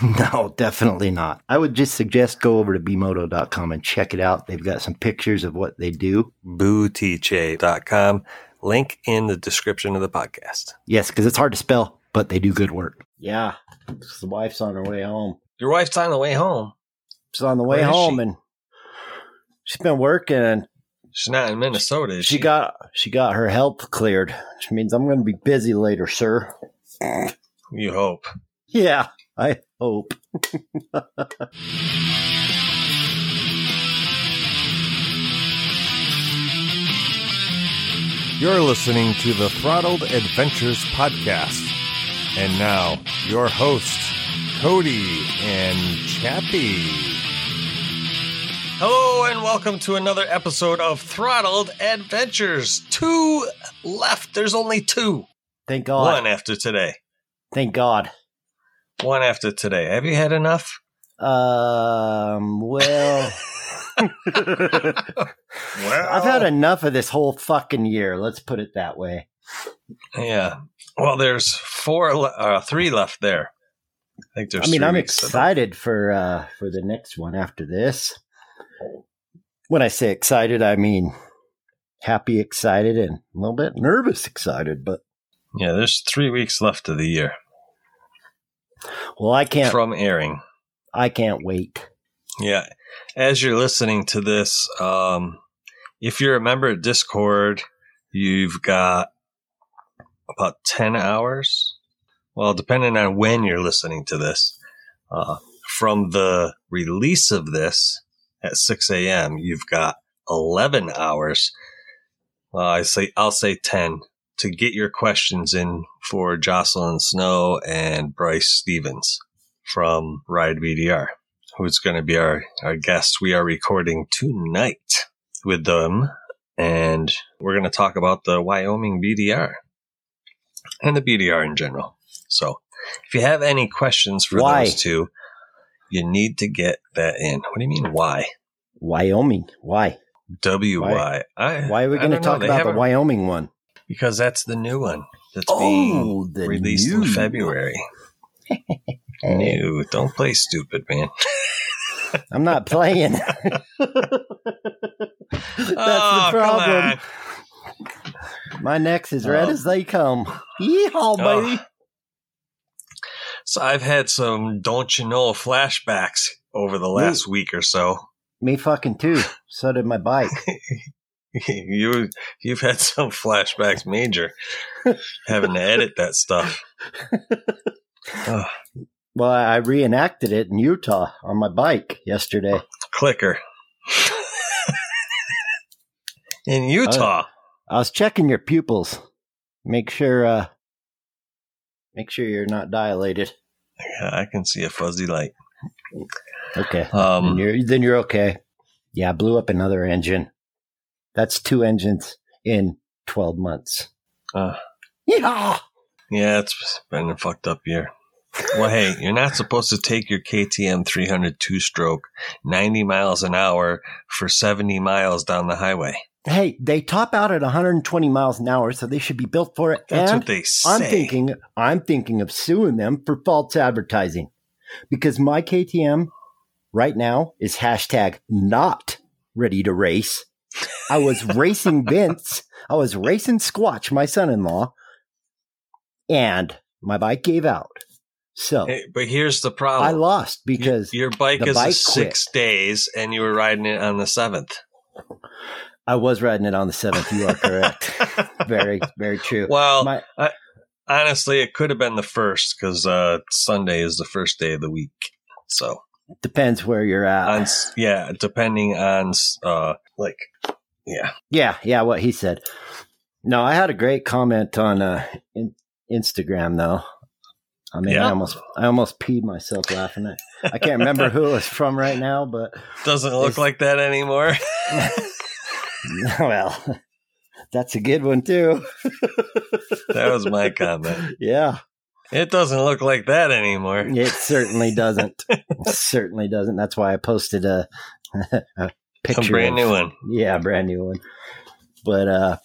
No, definitely not. I would just suggest go over to bmoto.com and check it out. They've got some pictures of what they do. Bootiche.com, link in the description of the podcast. Yes, because it's hard to spell, but they do good work. Yeah, the wife's on her way home. Your wife's on the way home. She's on the way Where is home she? and she's been working and She's not in Minnesota. Is she got she got her health cleared, which means I'm going to be busy later, sir. You hope. Yeah, I hope. You're listening to the Throttled Adventures Podcast. And now, your hosts, Cody and Chappie. Hello and welcome to another episode of Throttled Adventures. Two left. There's only two. Thank God. One after today. Thank God. One after today. Have you had enough? Um, well, I've had enough of this whole fucking year. Let's put it that way. Yeah. Well, there's four, le- uh, three left there. I think there's. I mean, three I'm weeks left. excited for uh for the next one after this. When I say excited, I mean happy excited and a little bit nervous excited, but Yeah, there's three weeks left of the year well, I can't from airing. I can't wait. Yeah. As you're listening to this, um, if you're a member of Discord, you've got about 10 hours. Well, depending on when you're listening to this, uh, from the release of this at 6 a.m., you've got 11 hours. Uh, I say, I'll say 10 to get your questions in for Jocelyn Snow and Bryce Stevens from Ride VDR who's going to be our, our guest. We are recording tonight with them, and we're going to talk about the Wyoming BDR and the BDR in general. So, if you have any questions for Why? those two, you need to get that in. What do you mean, why? Wyoming, why? W Y I. Why are we I going to don't know. talk They about the haven't- Wyoming one? Because that's the new one that's being Oh, the released in new- February. new. Don't play stupid, man. I'm not playing. That's Oh, the Ah, come on. problem. My neck's as red Oh. as they come. Yeehaw, Oh. baby. So I've had some don't you know flashbacks over the last week or so. Me fucking too. So did my bike. you you've had some flashbacks major having to edit that stuff. Ugh, Well, I reenacted it in Utah on my bike yesterday. clicker. In Utah. I was checking your pupils. Make sure uh make sure you're not dilated. Yeah, I can see a fuzzy light. Okay. Then Um you're then you're okay. Yeah, I blew up another engine. That's two engines in twelve months. Uh. Yeehaw! yeah, it's been a fucked up year. Well, hey, you're not supposed to take your KTM 300 two stroke 90 miles an hour for 70 miles down the highway. Hey, they top out at 120 miles an hour, so they should be built for it. That's and what they say. I'm thinking, I'm thinking of suing them for false advertising because my KTM right now is hashtag not ready to race, I was racing Vince. I was racing Squatch, my son-in-law, and my bike gave out. So Hey, but here's the problem. I lost because your bike the is bike a six days, and you were riding it on the seventh. I was riding it on the seventh. You are correct. very, very true. well, my, honestly, it could have been the first because uh, Sunday is the first day of the week. So, depends where you're at. on, s- yeah, depending on s- uh, like, yeah, Yeah, yeah, what he said. No, I had a great comment on uh, in- Instagram though. I mean, I Yeah. almost I almost peed myself laughing. I, I can't remember who it was from right now, but doesn't look It's- like that anymore. well, that's a good one too. that was my comment. Yeah, It doesn't look like that anymore. it certainly doesn't. It certainly doesn't. That's why I posted a, a A picture. brand of- new one. Yeah, a brand new one. But uh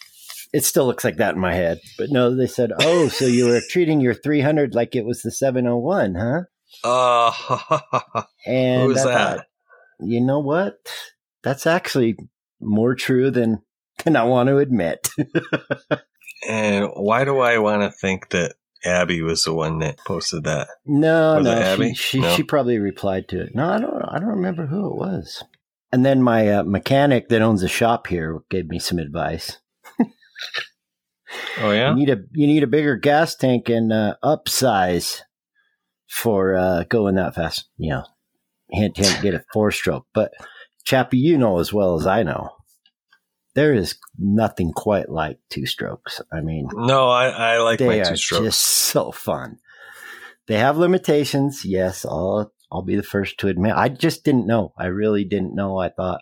it still looks like that in my head. But no, they said, "Oh, so you were treating your 300 like it was the 701, huh?" Uh, And Who's I that? thought, you know what? That's actually more true than than I want to admit. and why do I want to think that Abby was the one that posted that? no, Was it no, Abby? she she, No. she probably replied to it. No, I don't I don't remember who it was. And then my uh, mechanic that owns a shop here gave me some advice. Oh yeah, You need a you need a bigger gas tank and uh, upsize for uh, going that fast. You know, hint hint, get a four stroke. But Chappie, you know as well as I know, there is nothing quite like two strokes. I mean, no, I, I like they my are two strokes. just so fun. They have limitations. Yes, I'll I'll be the first to admit. I just didn't know. I really didn't know. I thought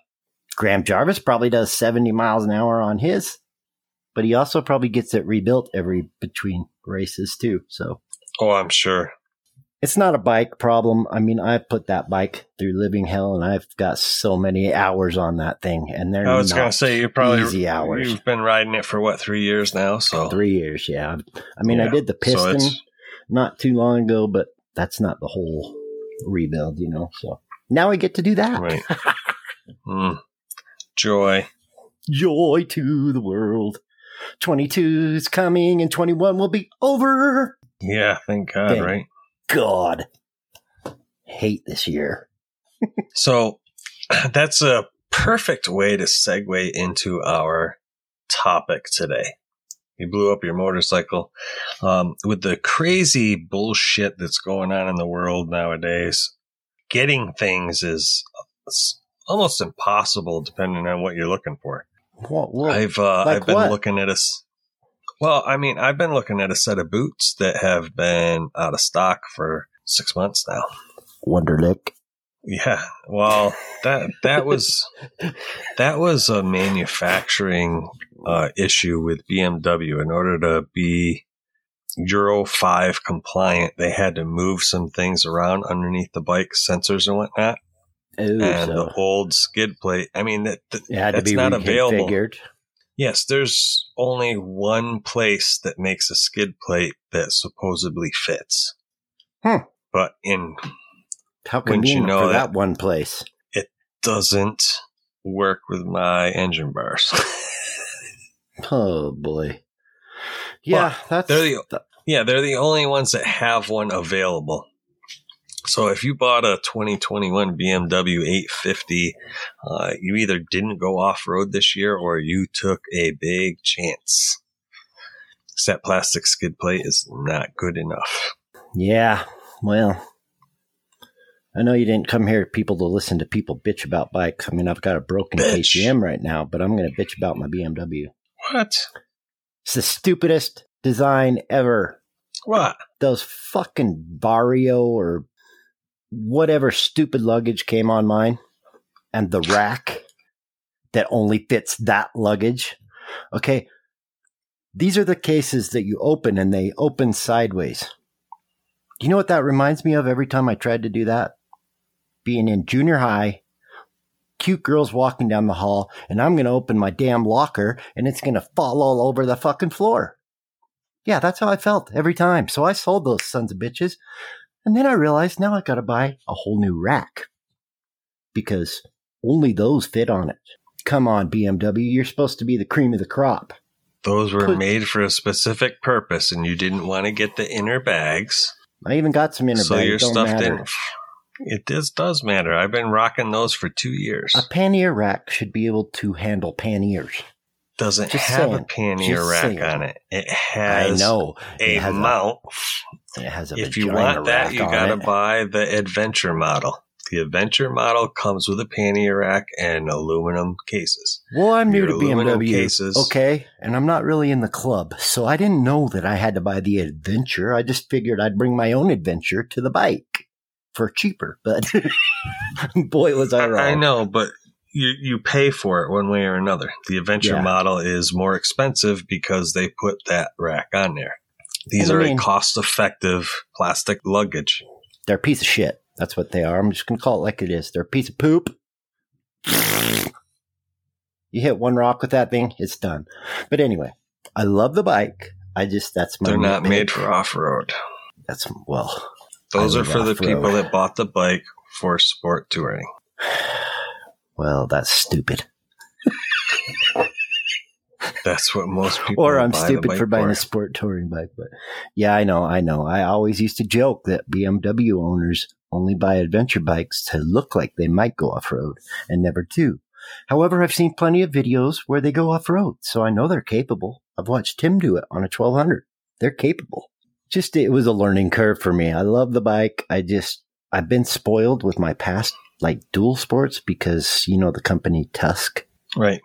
Graham Jarvis probably does seventy miles an hour on his, but he also probably gets it rebuilt every between races too. So Oh, I'm sure. it's not a bike problem. I mean, I put that bike through living hell, and I've got so many hours on that thing, and they're I was not gonna say you probably easy hours. You've been riding it for what three years now, so three years. Yeah, I mean, I Yeah. did the So piston. it's- not too long ago, but that's not the whole rebuild, you know. So now we get to do that. right. Mm. Joy. Joy to the world. 22 is coming and 21 will be over. Yeah, thank God, Dang. right? God. Hate this year. So that's a perfect way to segue into our topic today. You blew up your motorcycle um, with the crazy bullshit that's going on in the world nowadays. Getting things is it's almost impossible depending on what you're looking for. What, what? I've uh, like I've been what? looking at a. s- Well, I mean, I've been looking at a set of boots that have been out of stock for six months now. Wonderlick. Yeah, well, that that was that was a manufacturing uh, issue with BMW. In order to be Euro five compliant, they had to move some things around underneath the bike, sensors and whatnot, Oh, and so the old skid plate. I mean, that, that it had to that's be not available. reconfigured. Yes, there's only one place that makes a skid plate that supposedly fits. Hmm. But in How Wouldn't you convenient know for that? that? one place. doesn't work with my engine bars. Oh boy. Yeah, that's they're the- th- yeah, they're the only ones that have one available. So if you bought a 2021 BMW 850, uh, you either didn't go off road this year or you took a big chance. 'Cause That plastic skid plate is not good enough. Yeah. Well, I know you didn't come here people to listen to people bitch about bikes. I mean, I've got a broken Bitch. KTM right now, but I'm going to bitch about my BMW. What? It's the stupidest design ever. What? Those fucking Vario or whatever stupid luggage came on mine and the rack that only fits that luggage. Okay. These are the cases that you open and they open sideways. You know what that reminds me of every time I tried to do that? Being in junior high, cute girls walking down the hall, and I'm going to open my damn locker and it's going to fall all over the fucking floor. Yeah, that's how I felt every time. So I sold those sons of bitches. And then I realized now I got to buy a whole new rack because only those fit on it. Come on, BMW. You're supposed to be the cream of the crop. Those were Put- made for a specific purpose, and you didn't want to get the inner bags. I even got some inner so bag. your Don't stuff matter. didn't. It does, does matter. I've been rocking those for two years. A pannier rack should be able to handle panniers. Doesn't just have a saying. pannier Just rack saying. on it. It I has know. a It has a- mount. It has a If you vagina want that, rack you on got to it. buy the adventure model. The adventure model comes with a pannier rack and aluminum cases. Well, I'm new your to aluminum BMW. cases. Okay, and I'm not really in the club, so I didn't know that I had to buy the adventure. I just figured I'd bring my own adventure to the bike for cheaper. But boy, was I I, wrong! I know, but you you pay for it one way or another. The adventure Yeah. model is more expensive because they put that rack on there. These I are mean- a cost-effective plastic luggage. They're a piece of shit. That's what they are. I'm just gonna call it like it is. They're a piece of poop. You hit one rock with that thing, it's done. But anyway, I love the bike. I just that's my. They're not nitpick. made for off-road. That's well. Those I are live for the off-road. people that bought the bike for sport touring. Well, that's stupid. That's what most people. Or I'm buy the stupid bike for buying a sport touring bike. But yeah, I know, I know. I always used to joke that BMW owners only buy adventure bikes to look like they might go off road and never do. However, I've seen plenty of videos where they go off road, so I know they're capable. I've watched Tim do it on a 1200. They're capable. Just it was a learning curve for me. I love the bike. I just I've been spoiled with my past like dual sports because you know the company Tusk right.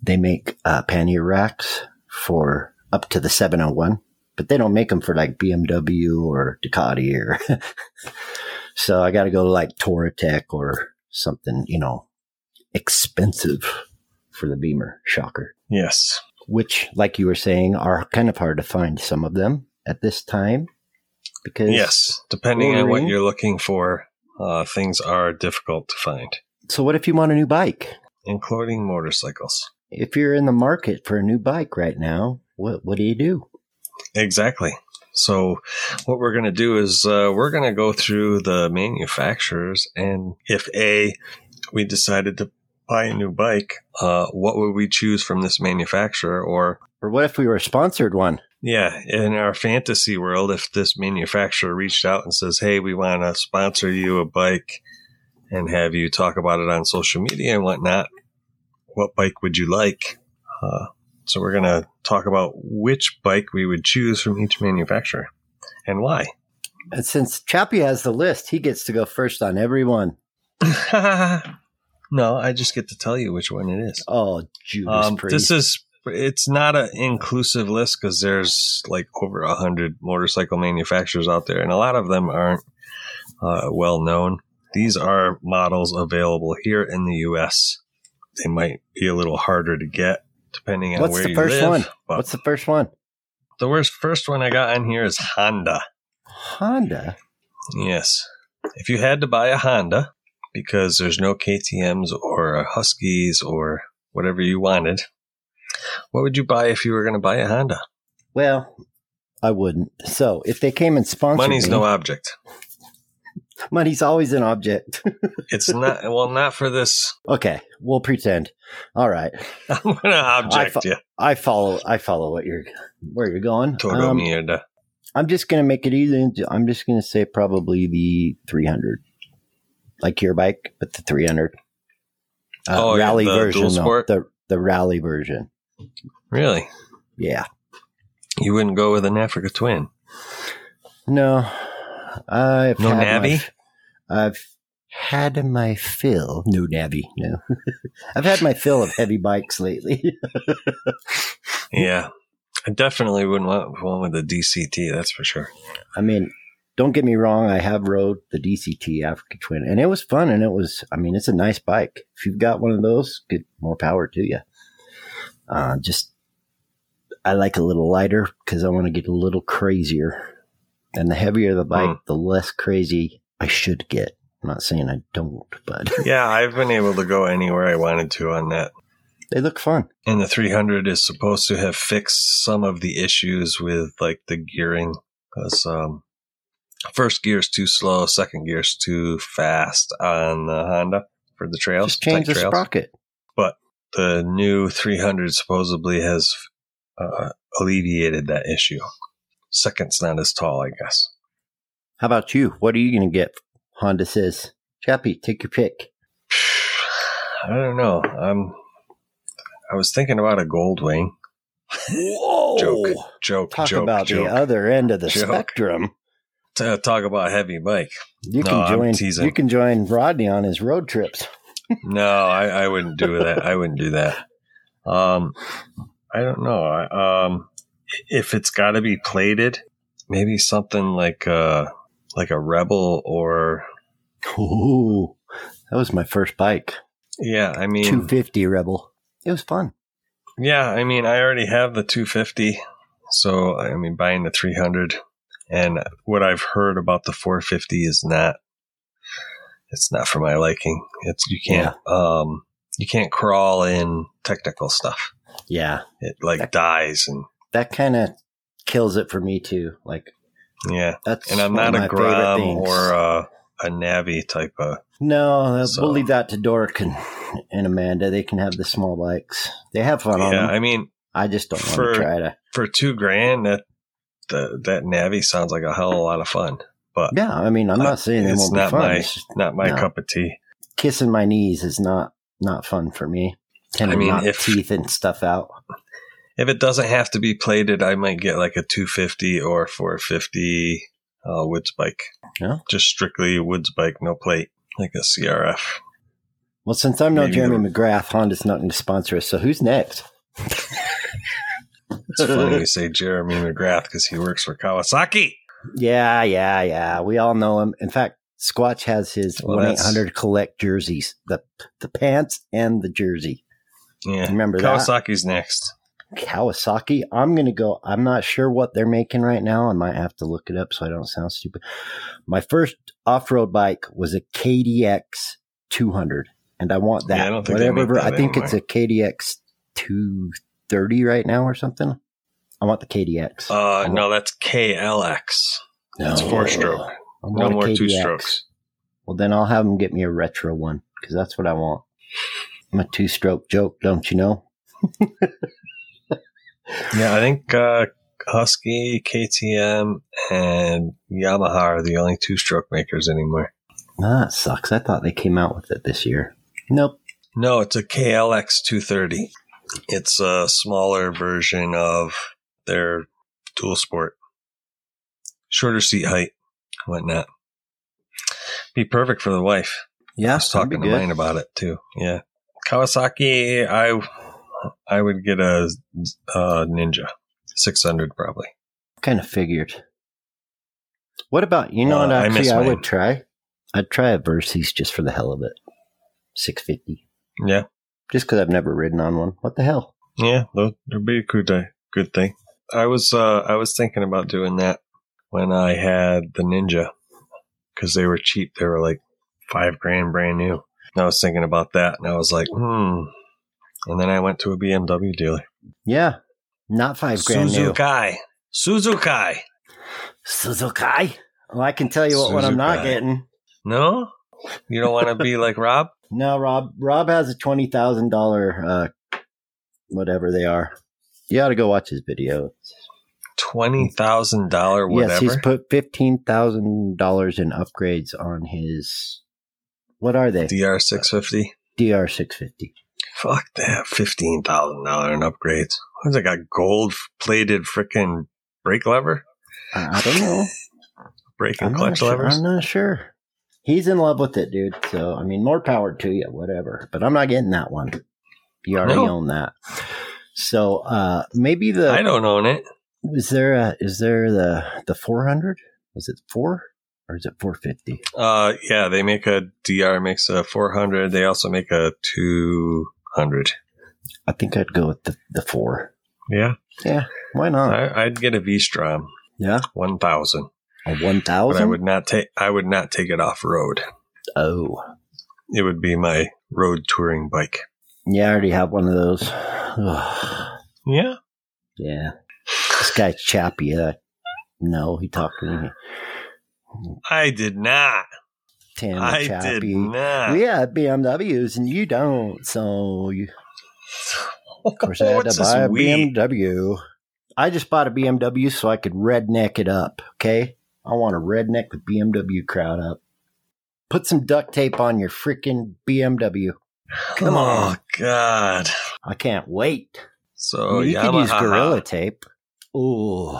they make uh, pannier racks for up to the 701, but they don't make them for like BMW or Ducati or. so I got to go to like Toratech or something, you know, expensive for the Beamer shocker, Yes. which, like you were saying, are kind of hard to find some of them at this time because Yes. Depending on what ordering. you're looking for, uh, things are difficult to find, So what if you want a new bike? including motorcycles. If you're in the market for a new bike right now, what what do you do? Exactly. So, what we're going to do is uh, we're going to go through the manufacturers, and if a we decided to buy a new bike, uh, what would we choose from this manufacturer? Or Or what if we were a sponsored one? yeah, in our fantasy world, if this manufacturer reached out and says, "Hey, we want to sponsor you a bike and have you talk about it on social media and whatnot," what bike would you like? Uh, so we're going to talk about which bike we would choose from each manufacturer and why. And since Chappie has the list, he gets to go first on every one. no, I just get to tell you which one it is. Oh, Judas Um, Priest. this is it's not an inclusive list because there's like over a hundred motorcycle manufacturers out there, and a lot of them aren't uh, well known. These are models available here in the U.S. They might be a little harder to get depending on What's where the you first live. one? But What's the first one? the worst first one I got on here is Honda. Honda. Yes. If you had to buy a Honda because there's no KTMs or Huskies or whatever you wanted, what would you buy if you were going to buy a Honda? Well, I wouldn't. So if they came and sponsored Money's me, no object. money's always an object. It's not, well, not for this. okay, we'll pretend. All right, I'm going to object fo- you. I follow. I follow what you're where you're going. Todo Um, mierda. I'm just gonna make it easy. I'm just gonna say probably the 300, like your bike, but the 300 uh, Oh, yeah, rally the version, dual though. sport? the the rally version. Really? Yeah. You wouldn't go with an Africa Twin? No, I've No had nabby? My, f- I've had my fill. No nabby. No, I've had my fill of heavy bikes lately. Yeah. I definitely wouldn't want one with a DCT, that's for sure. I mean, don't get me wrong. I have rode the DCT Africa Twin, and it was fun. And it was, I mean, it's a nice bike. If you've got one of those, good more power to you. Uh, just, I like a little lighter because I want to get a little crazier. And the heavier the bike, Hmm. the less crazy I should get. I'm not saying I don't, but Yeah, I've been able to go anywhere I wanted to on that. they look fun. And the 300 is supposed to have fixed some of the issues with like the gearing because um, first gear is too slow, second gear is too fast on the Honda for the trails. Just change tight the trails. sprocket. the new 300 supposedly has uh, alleviated that issue. Second's not as tall, I guess. How about you? What are you going to get? Honda says, Chappie, take your pick. I don't know. I'm. I was thinking about a Goldwing. Whoa! Joke, joke, Oh, Talk joke, about joke. the other end of the Joke. spectrum. T- talk about heavy bike. You No, I'm can join. teasing. You can join Rodney on his road trips. No, I, I wouldn't do that. I wouldn't do that. Um, I don't know. I, um, if it's got to be plated, maybe something like a like a Rebel or Ooh, that was my first bike. yeah. I Two mean, fifty Rebel. It was fun. yeah. I mean, I already have the 250, so I mean, buying the 300 and what I've heard about the 450 is not. It's not for my liking. It's you can't um you can't crawl in technical stuff. Yeah, It like That- dies and that kind of kills it for me too. Like yeah. that's And I'm one not of a my favorite Grom things. or a, a Navi type of. no. So- We'll leave that to Dork and, and Amanda. They can have the small bikes. They have fun on Yeah, them. I mean, I just don't for- want to try to. for two grand, that the, that Navi sounds like a hell of a lot of fun. But Yeah, I mean, I'm Uh, not saying they it's won't be not fun. my- It's just not my No. cup of tea. kissing my knees is not not fun for me. Tend I to mean, knock if- teeth and stuff out. If it doesn't have to be plated, I might get like a 250 or 450 uh, woods bike. Yeah. Just strictly woods bike, no plate, like a CRF. Well, since I'm no Maybe Jeremy McGrath, Honda's not going to sponsor us. So who's next? It's funny you say Jeremy McGrath because he works for Kawasaki. Yeah, yeah, yeah. We all know him. In fact, Squatch has his Well, one eight that's- hundred collect jerseys the the pants and the jersey. Yeah. Remember that Kawasaki's next. Kawasaki. I'm going to go. I'm not sure what they're making right now. I might have to look it up so I don't sound stupid. My first off road bike was a KDX 200, and I want that. Yeah, I don't think they whatever. make that I think it's a KDX 230 right now or something. I want the KDX. Uh, no, that's KLX. It's No. four stroke. I No want a more two KDX. strokes. Well, then I'll have them get me a retro one because that's what I want. I'm a two stroke joke, don't you know? Yeah, I think uh, Husky, KTM, and Yamaha are the only two stroke makers anymore. Ah, that sucks. I thought they came out with it this year. Nope. No, it's a KLX 230. It's a smaller version of their dual sport. Shorter seat height, whatnot. Be perfect for the wife. Yeah, I was talking to mine about it too. Yeah. Kawasaki, I I would get a, a Ninja 600 probably. Kind of figured. What about you know Uh, what? I Actually, miss I, mine. would try. I'd try a Versys just for the hell of it. Six fifty, Yeah. just because I've never ridden on one. What the hell? Yeah, tho- that'd be a good day. Good thing. I was uh, I was thinking about doing that when I had the Ninja because they were cheap. They were like five grand, brand new. And I was thinking about that, and I was like, hmm. And then I went to a BMW dealer. Yeah, not five grand new. Suzuki, Suzuki. Suzuki. Well, I can tell you what, what I'm not Suzuki. getting. No, you don't want to be like Rob. No, Rob. Rob has a twenty thousand dollar, uh, whatever they are. You ought to go watch his video. Twenty thousand dollar whatever. Yes, he's put fifteen thousand dollars in upgrades on his. What are they? DR six fifty. DR six fifty. Fuck that. Fifteen thousand dollar in upgrades. What's I got? Gold plated freaking brake lever. I I don't know. brake I'm and not, clutch sure. levers. I'm not sure. He's in love with it, dude. So I mean, more power to you, whatever. But I'm not getting that one. You already No. own that. So uh maybe the I don't own it. Is there a, is there the the 400? Is it 4 or is it 450? Uh, yeah, they make a DR makes a 400. They also make a 200. I think I'd go with the the 4. Yeah, Why not? I, I'd get a V-Strom Yeah. 1000, A but I 1000? would not take I would not take it off road. oh. It would be my road touring bike. Yeah, I already have one of those. Ugh. Yeah, yeah. This guy Chappie. Uh, no, he talked to me. I did not. Tim I Chappie. did not. We have BMWs and you don't. So you, Of course, I had What's to this buy a weed? BMW. I just bought a BMW so I could redneck it up. Okay, I want to redneck the BMW crowd up. Put some duct tape on your freaking BMW. Come oh on. God. I can't wait. So you could use Yamaha. gorilla tape. Ooh,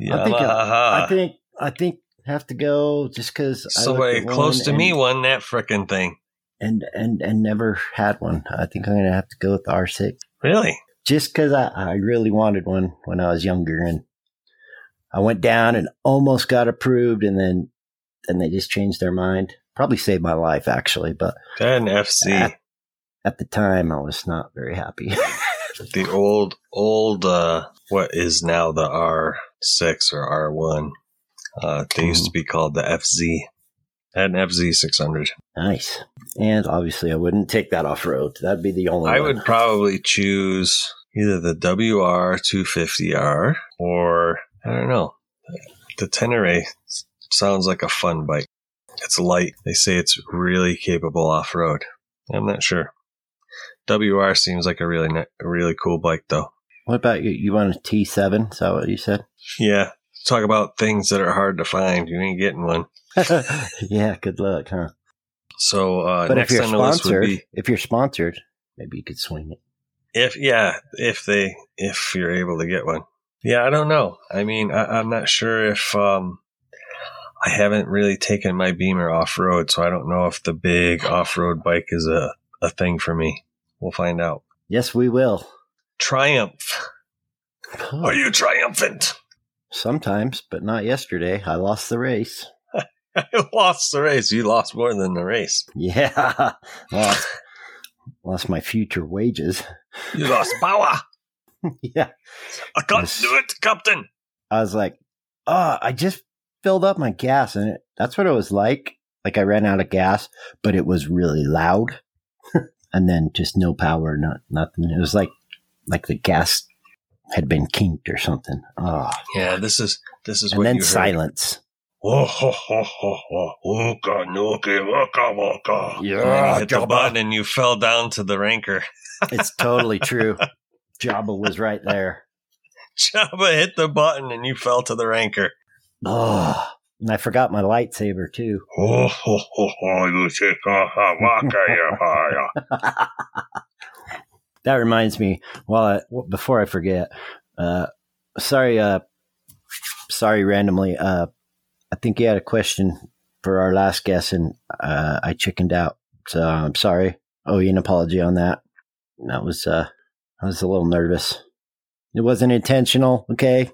I think, uh, Yamaha. I think I think I have to go just because Somebody close to me won that frickin' thing. and and and never had one. I think I'm gonna have to go with the R6. Really? just because I, I really wanted one when I was younger, and I went down and almost got approved, and then then they just changed their mind. Probably saved my life actually, but That and Ah. FC, at the time I was not very happy. the old old uh, what is now the R six or R one. Uh, they used Mm. to be called the FZ. Had an FZ six hundred. nice, and obviously I wouldn't take that off road. That'd be the only. I one. would probably choose either the WR two fifty R or I don't know. The Tenere sounds like a fun bike. It's light. They say it's really capable off road. I'm not sure. WR seems like a really ni- a really cool bike though. What about you? You want a T7? Is that what you said? Yeah. Talk about things that are hard to find. You ain't getting one. yeah, good luck, huh? So uh, but if next you're on the list would sponsored, be if you're sponsored, maybe you could swing it. if yeah, if they if you're able to get one. Yeah, I don't know. I mean, I, I'm not sure if um, I haven't really taken my Beamer off road, so I don't know if the big off road bike is a a thing for me. We'll find out. Yes, we will. Triumph. Hmm. Are you triumphant? Sometimes, but not yesterday. I lost the race. I lost the race. You lost more than the race. Yeah. Lost, lost my future wages. You lost power. yeah. I can't do it, Captain. I was like, oh, I just filled up my gas and it, that's what it was like. Like I ran out of gas, but it was really loud. and then just no power, not nothing. It was like like the gas had been kinked or something. Oh. Yeah, this is this is And what then you heard. silence. Oh, ho, ho, ho, ho. Ooka, nooka, wooka, wooka. Yeah, And you hit the Jabba. button and you fell down to the ranker. It's totally true. Jabba was right there. Jabba hit the button and you fell to the ranker. Oh. And I forgot my lightsaber too. Oh, ho, ho, ho, you shika, ha, waka, ya, ha, ya. that reminds me while I, before I forget uh sorry uh sorry randomly uh I think you had a question for our last guest and uh I chickened out so I'm sorry owe you an apology on that that was uh I was a little nervous it wasn't intentional okay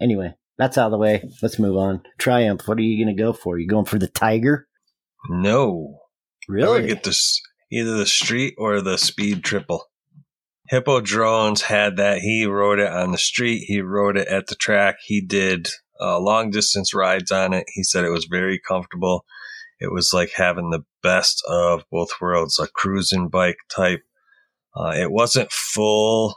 anyway that's out of the way let's move on triumph what are you gonna go for you going for the tiger No. I would get this either the street or the speed triple. Hippo Drones had that. He rode it on the street. He rode it at the track. He did uh, long distance rides on it. He said it was very comfortable. It was like having the best of both worlds, a cruising bike type. Uh, it wasn't full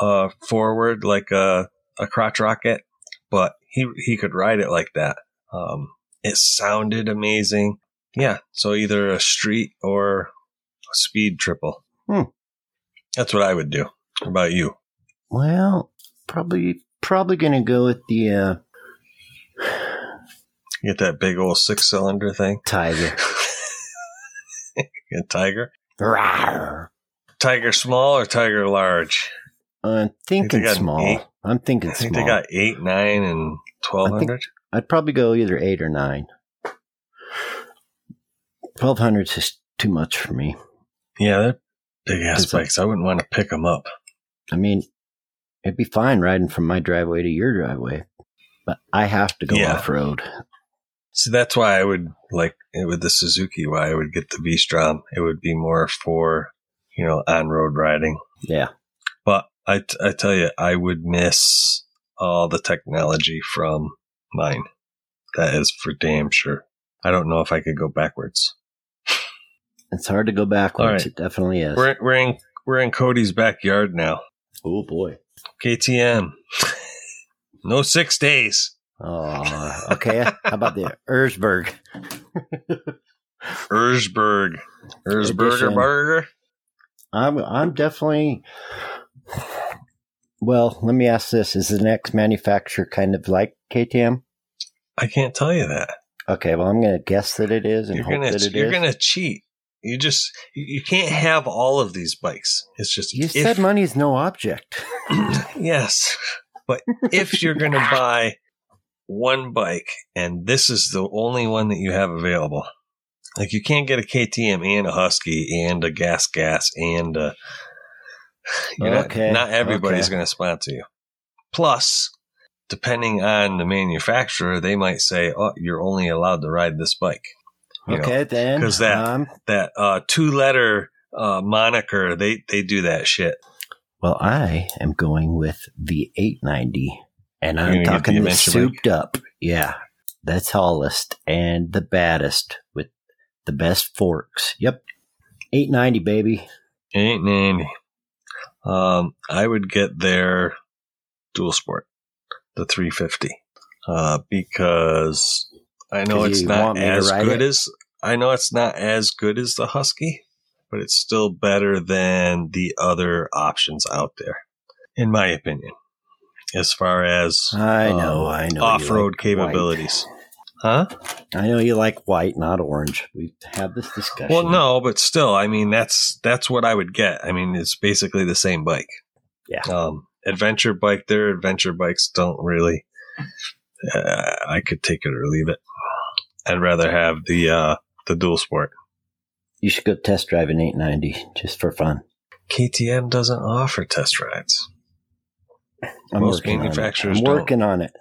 uh, forward like a, a crotch rocket, but he he could ride it like that. Um, it sounded amazing. Yeah, so either a street or a speed triple. Hmm. That's what I would do. How about you? well probably probably gonna go with the uh Get that big old six cylinder thing. tiger Get Tiger. Rawr. Tiger small or tiger large? I'm thinking they got small. eight? I'm thinking I think small. they got eight, nine, and twelve hundred. I'd probably go either eight or nine. Twelve hundred's just too much for me. Yeah, they're big ass It's a- bikes. I wouldn't want to pick them up. I mean, it'd be fine riding from my driveway to your driveway, but I have to go Yeah. off road. So that's why I would like it with the Suzuki. Why I would get the V Strom. It would be more for you know on road riding. Yeah. But I, t- I tell you, I would miss all the technology from mine. That is for damn sure. I don't know if I could go backwards. It's hard to go backwards. All right. It definitely is. We're, we're in we're in Cody's backyard now. oh boy. KTM. no six days. Oh, okay. How about the Erzberg? Erzberg. Erzberger Edition. burger. I'm I'm definitely well, let me ask this. Is the next manufacturer kind of like KTM? I can't tell you that. Okay, well I'm gonna guess that it is and you're hope gonna that it you're is. gonna cheat. You just you you can't have all of these bikes. It's just you if- said money's no object. yes, but if you're gonna buy one bike and this is the only one that you have available, like you can't get a KTM and a Husky and a Gas Gas and a, you're not- Okay, not, everybody's okay. gonna sponsor you. Plus. Depending on the manufacturer, they might say, "Oh, you're only allowed to ride this bike." You know, okay, then 'cause that- um, that uh, two letter uh, moniker. They they do that shit. well I am going with the eight ninety. And You're I'm gonna get talking the the adventure bike? souped up. Yeah. The tallest and the baddest with the best forks. Yep. Eight ninety, baby. Ain't nanny. Um, I would get their dual sport, the 350, uh, because I know 'Cause it's you not want me to as ride good it? as I know it's not as good as the Husky, but it's still better than the other options out there, in my opinion. As far as I um, know, I know. you off road like capabilities, huh? white. I know you like white, not orange. We've had this discussion. Well, no, but still, I mean, that's that's what I would get. I mean, it's basically the same bike. Yeah. Um, adventure bike. Their adventure bikes don't really. Uh, I could take it or leave it. I'd rather have the uh, the dual sport. You should go test drive an 890 just for fun. KTM doesn't offer test rides. I'm Most working manufacturers on it. don't. I'm working on it.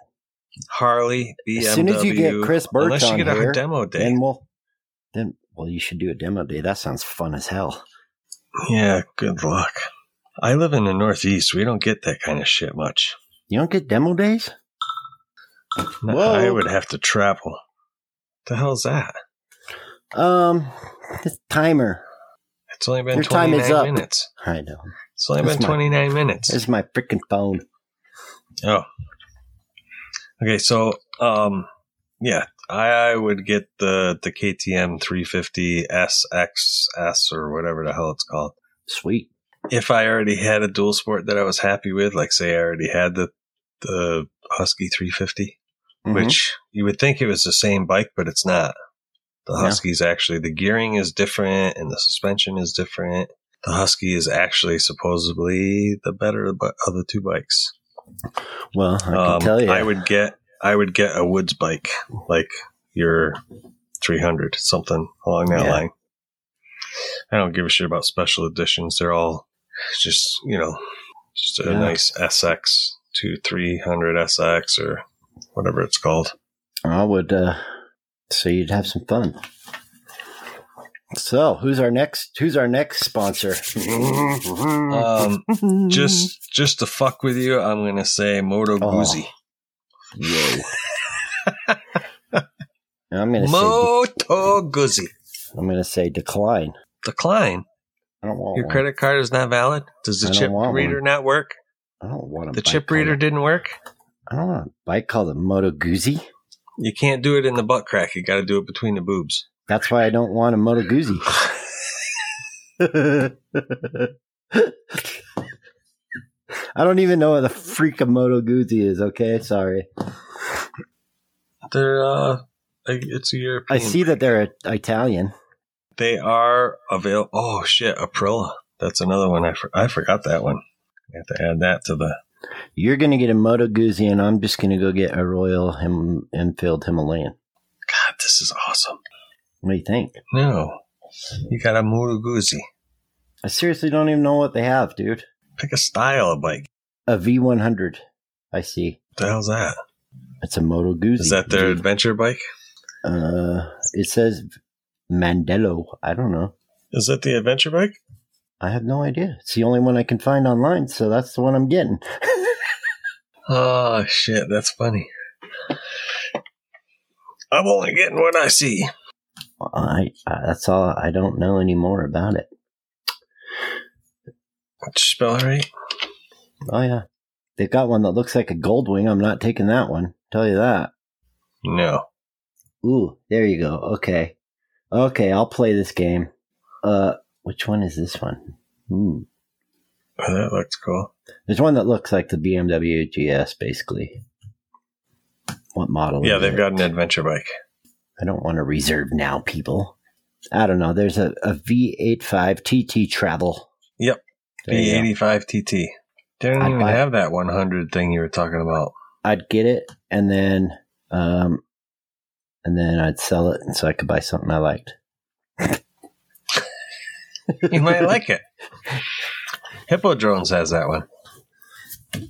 Harley, BMW. As soon as you get Chris Birch unless you on get here, a demo day, then we'll then well, you should do a demo day. That sounds fun as hell. yeah, good luck. I live in the Northeast. We don't get that kind of shit much. You don't get demo days? No, Whoa. I would have to travel. The hell's that? Um, it's timer. It's only been Your time 29 is up. minutes. I know. It's only That's been my- 29 minutes. This is my freaking phone. Oh. Okay, so um yeah, I would get the the KTM 350 SXS or whatever the hell it's called. Sweet. If I already had a dual sport that I was happy with, like say I already had the the Husky 350, Mhm. which you would think it was the same bike, but it's not. The Yeah. Husky's actually the gearing is different and the suspension is different. The Husky is actually supposedly the better of the of the two bikes. well, I can Um, tell you. I would get I would get a woods bike like your 300 something along that Yeah. line. I don't give a shit about special editions. They're all just you know just a Yeah. nice SX two 300 SX or whatever it's called. I would. Uh, so you'd have some fun. So who's our next? Who's our next sponsor? Mm. Um, just just to fuck with you, I'm gonna say Moto Mm-hmm. Oh, Guzzi. Whoa. I'm gonna say. Moto Guzzi. De- I'm gonna say decline. Decline. I don't want Your one. credit card is not valid. Does the Oh. I don't chip want reader one. not work? I don't want a The bike chip reader Called, didn't work. I don't want a bike called a Moto Guzzi. You can't do it in the butt crack. You got to do it between the boobs. That's why I don't want a Moto Guzzi. I don't even know what the freak a Moto Guzzi is. Okay, sorry. They're uh, it's a European. I see that they're Italian. they are available. Oh shit, Aprilla. That's another one. I for- I forgot that one. I have to add that to the. You're going to get a Moto Guzzi, and I'm just going to go get a Royal Him- Enfield Himalayan. God, this is awesome. What do you think? No, you got a Muruguzi. I seriously don't even know what they have, dude. Pick a style of bike. A V100. I see. What the hell's that? It's a Moto Guzzi. Is that their adventure bike? Uh, it says Mandelo. I don't know. Is that the adventure bike? I have no idea. It's the only one I can find online, so that's the one I'm getting. Oh shit, that's funny. I'm only getting what I see. I, I that's all. I don't know any more about it. Spell it right. Oh yeah, they've got one that looks like a gold wing. I'm not taking that one. Tell you that. No. Ooh, there you go. Okay. Okay, I'll play this game. Uh which one is this one? Hmm. Oh, that looks cool. There's one that looks like the BMW GS, basically. What model? Yeah, is they've it? got an adventure bike. I don't want to reserve now, people. I don't know. There's a, a V85 TT Travel. Yep. There you go. B85 TT. Didn't I'd even buy it. have that 100 thing you were talking about. I'd get it and then, um, and then I'd sell it, and so I could buy something I liked. You might like it. Hippo Drones has that one.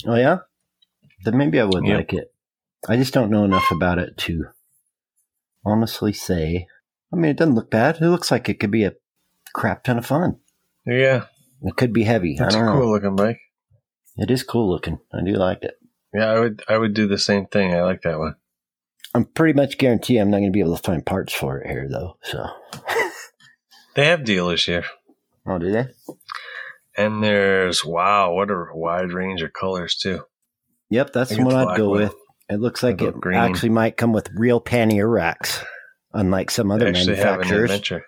Oh yeah, then maybe I would Yep. like it. I just don't know enough about it to honestly say. I mean, it doesn't look bad. It looks like it could be a crap ton of fun. Yeah, It could be heavy. it's I a don't cool know. looking bike. It is cool looking. I do like it. Yeah, I would I would do the same thing. I like that one. I'm pretty much guarantee I'm not going to be able to find parts for it here though. So, They have dealers here. oh, do they? And there's wow, what a wide range of colors too. Yep, that's I the think one it's I'd black go one. with. It looks like About it green. actually might come with real pannier racks, unlike some They other actually have an manufacturers. adventure.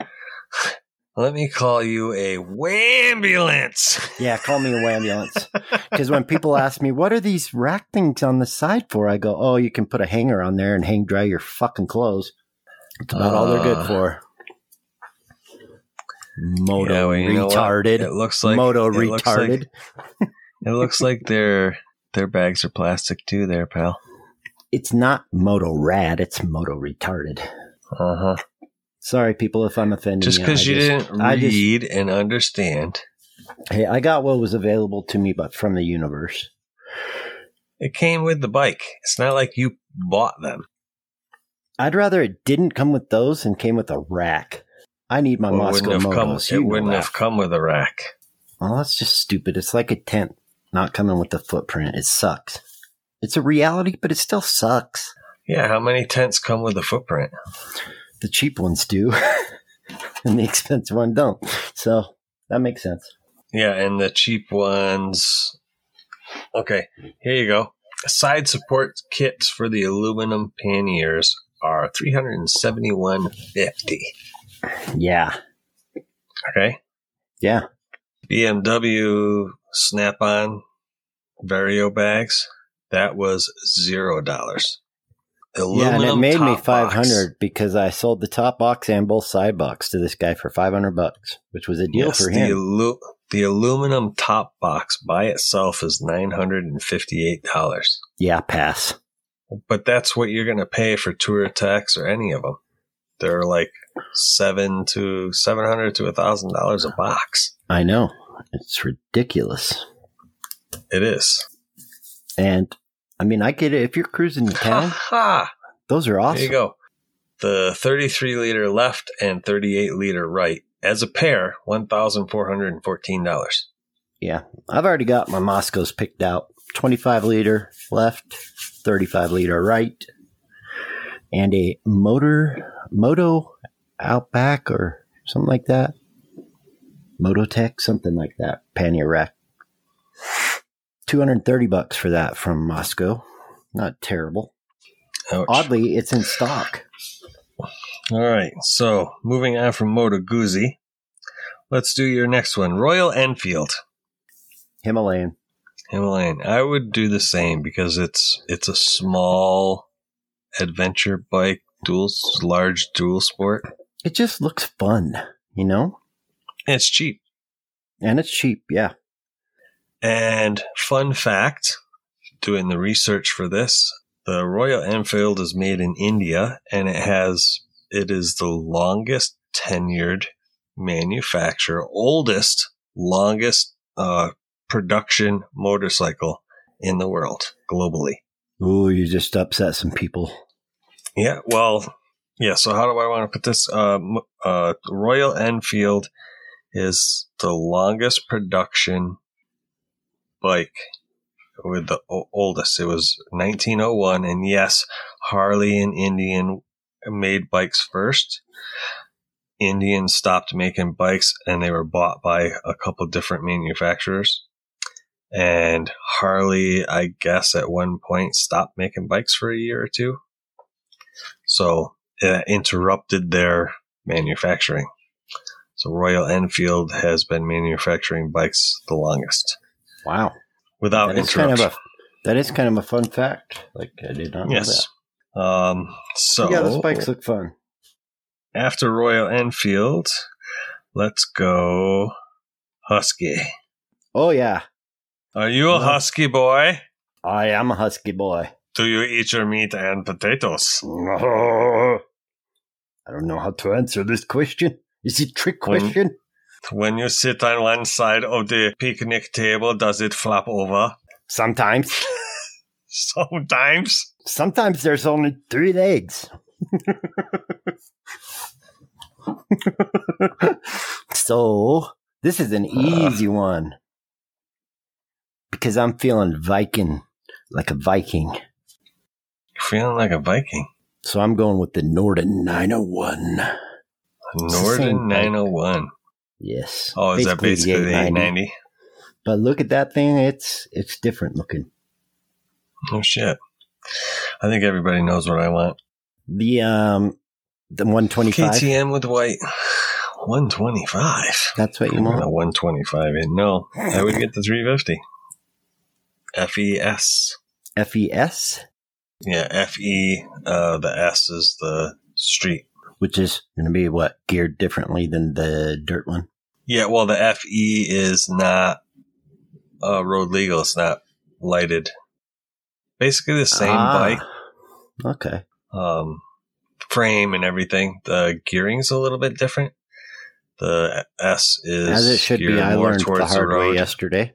Let me call you a wambulance. Yeah, call me a ambulance. Because when people ask me, what are these rack things on the side for? I go, oh, you can put a hanger on there and hang dry your fucking clothes. That's about all they're Uh, good for. Moto Yeah, well, you know what? retarded. It looks like Moto it retarded. looks like- it looks like their their bags are plastic too, there, pal. it's not Moto rad, it's Moto retarded. Uh huh. Sorry, people, if I'm offending Just you. because Uh-huh. I you just- didn't I just- read and understand, Hey, I got what was available to me, but from the universe. it came with the bike. It's not like you bought them. I'd rather it didn't come with those and came with a rack. I need my Well, it Moscow wouldn't have come. Motos. It you know wouldn't that. have come with a rack. Well, that's just stupid. It's like a tent not coming with the footprint. It sucks. It's a reality, but it still sucks. Yeah, how many tents come with a footprint? The cheap ones do, and the expensive one don't. So that makes sense. Yeah, and the cheap ones. Okay, here you go. Side support kits for the aluminum panniers are three hundred and seventy-one fifty. Yeah, Okay, yeah. BMW Snap-on Vario bags. That was zero dollars. yeah, and it made me top five box. hundred because I sold the top box and both side box to this guy for five hundred bucks, which was a deal Yes, for the him. alu- the aluminum top box by itself is nine hundred and fifty-eight dollars. Yeah, pass. but that's what you're going to pay for tour attacks or any of them. They're like seven to seven hundred to a thousand dollars a box. I know it's ridiculous. It is. And I mean, I get it. If you're cruising to Ha town, ha! those are There you awesome. go. The 33 liter left and 38 liter right as a pair, one thousand four hundred and fourteen dollars. I've already got my Moscows picked out 25 liter left, 35 liter right, and a motor, Moto Outback or something like that. Mototech, something like that. Pannier rack. 230 bucks for that from Moscow. Not terrible. Oddly, it's in stock. All right. So moving on from Moto Guzzi, let's do your next one, Royal Enfield. Himalayan. Himalayan. I would do the same because it's it's a small adventure bike, dual large dual sport. It just looks fun, you know? And it's cheap. And it's cheap, yeah. And fun fact, doing the research for this, the Royal Enfield is made in India and it has it is the longest tenured manufacturer, oldest, longest uh, production motorcycle in the world globally. Ooh, you just upset some people. Yeah, well, yeah. So how do I want to put this? Um, uh, Royal Enfield is the longest production bike with the o- oldest. It was 1901, and yes, Harley and Indian made bikes first. Indian stopped making bikes, and they were bought by a couple different manufacturers. And Harley, I guess, at one point stopped making bikes for a year or two. So it interrupted their uh, manufacturing. So Royal Enfield has been manufacturing bikes the longest Wow. without That is kind of interruption. a that is kind of a fun fact. Like I did not know yes. Um, so that. Yeah, those bikes look fun. after Royal Enfield, let's go Husky. Oh yeah, Are you a Yeah. Husky boy? I am a husky boy. Do you eat your meat and potatoes? I don't know how to answer this question. Is it trick When- question? When you sit on one side of the picnic table, does it flop over? Sometimes. Sometimes. Sometimes there's only three legs. so this is an easy one because I'm feeling Viking, like a Viking. Feeling like a Viking. So I'm going with the oh Norden 901. It's the Norden same bike. 901. Yes. Oh, is that basically the 890. 890? But look at that thing; it's it's different looking. Oh, shit. I think everybody knows what I want. The um the 125. KTM with white. 125. That's what you I'm want. a 125 in. No, I would get the 350. FES. E FES, E Yeah, FE. Uh, the S is the street. which is going to be what geared differently than the dirt one. Yeah, well, the FE is not uh, road legal. It's not lighted. Basically the same Ah, Okay. bike, um, frame and everything. The gearing's a little bit different. The S is As it should geared be. I more learned the towards hard way road. yesterday.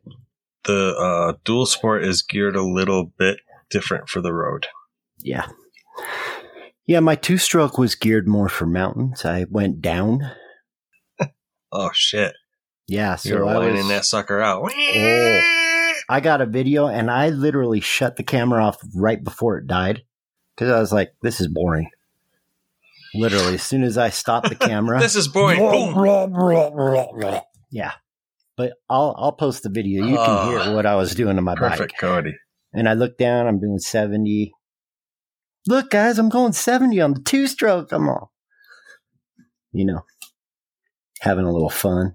The uh, dual sport is geared a little bit different for the road. Yeah. Yeah, my two stroke was geared more for mountains. I went down. Oh shit! Yeah, so You're I lining was, that sucker out. Oh. I got a video and I literally shut the camera off right before it died because I was like, this is boring. Literally, as soon as I stopped the camera, This is boring. Boom. yeah. But I'll I'll post the video. You can hear Ah. what I was doing to my Perfect, bike. Cody. And I look down. I'm doing seventy. Look, guys, I'm going seventy on the two stroke. Come on, you know, having a little fun.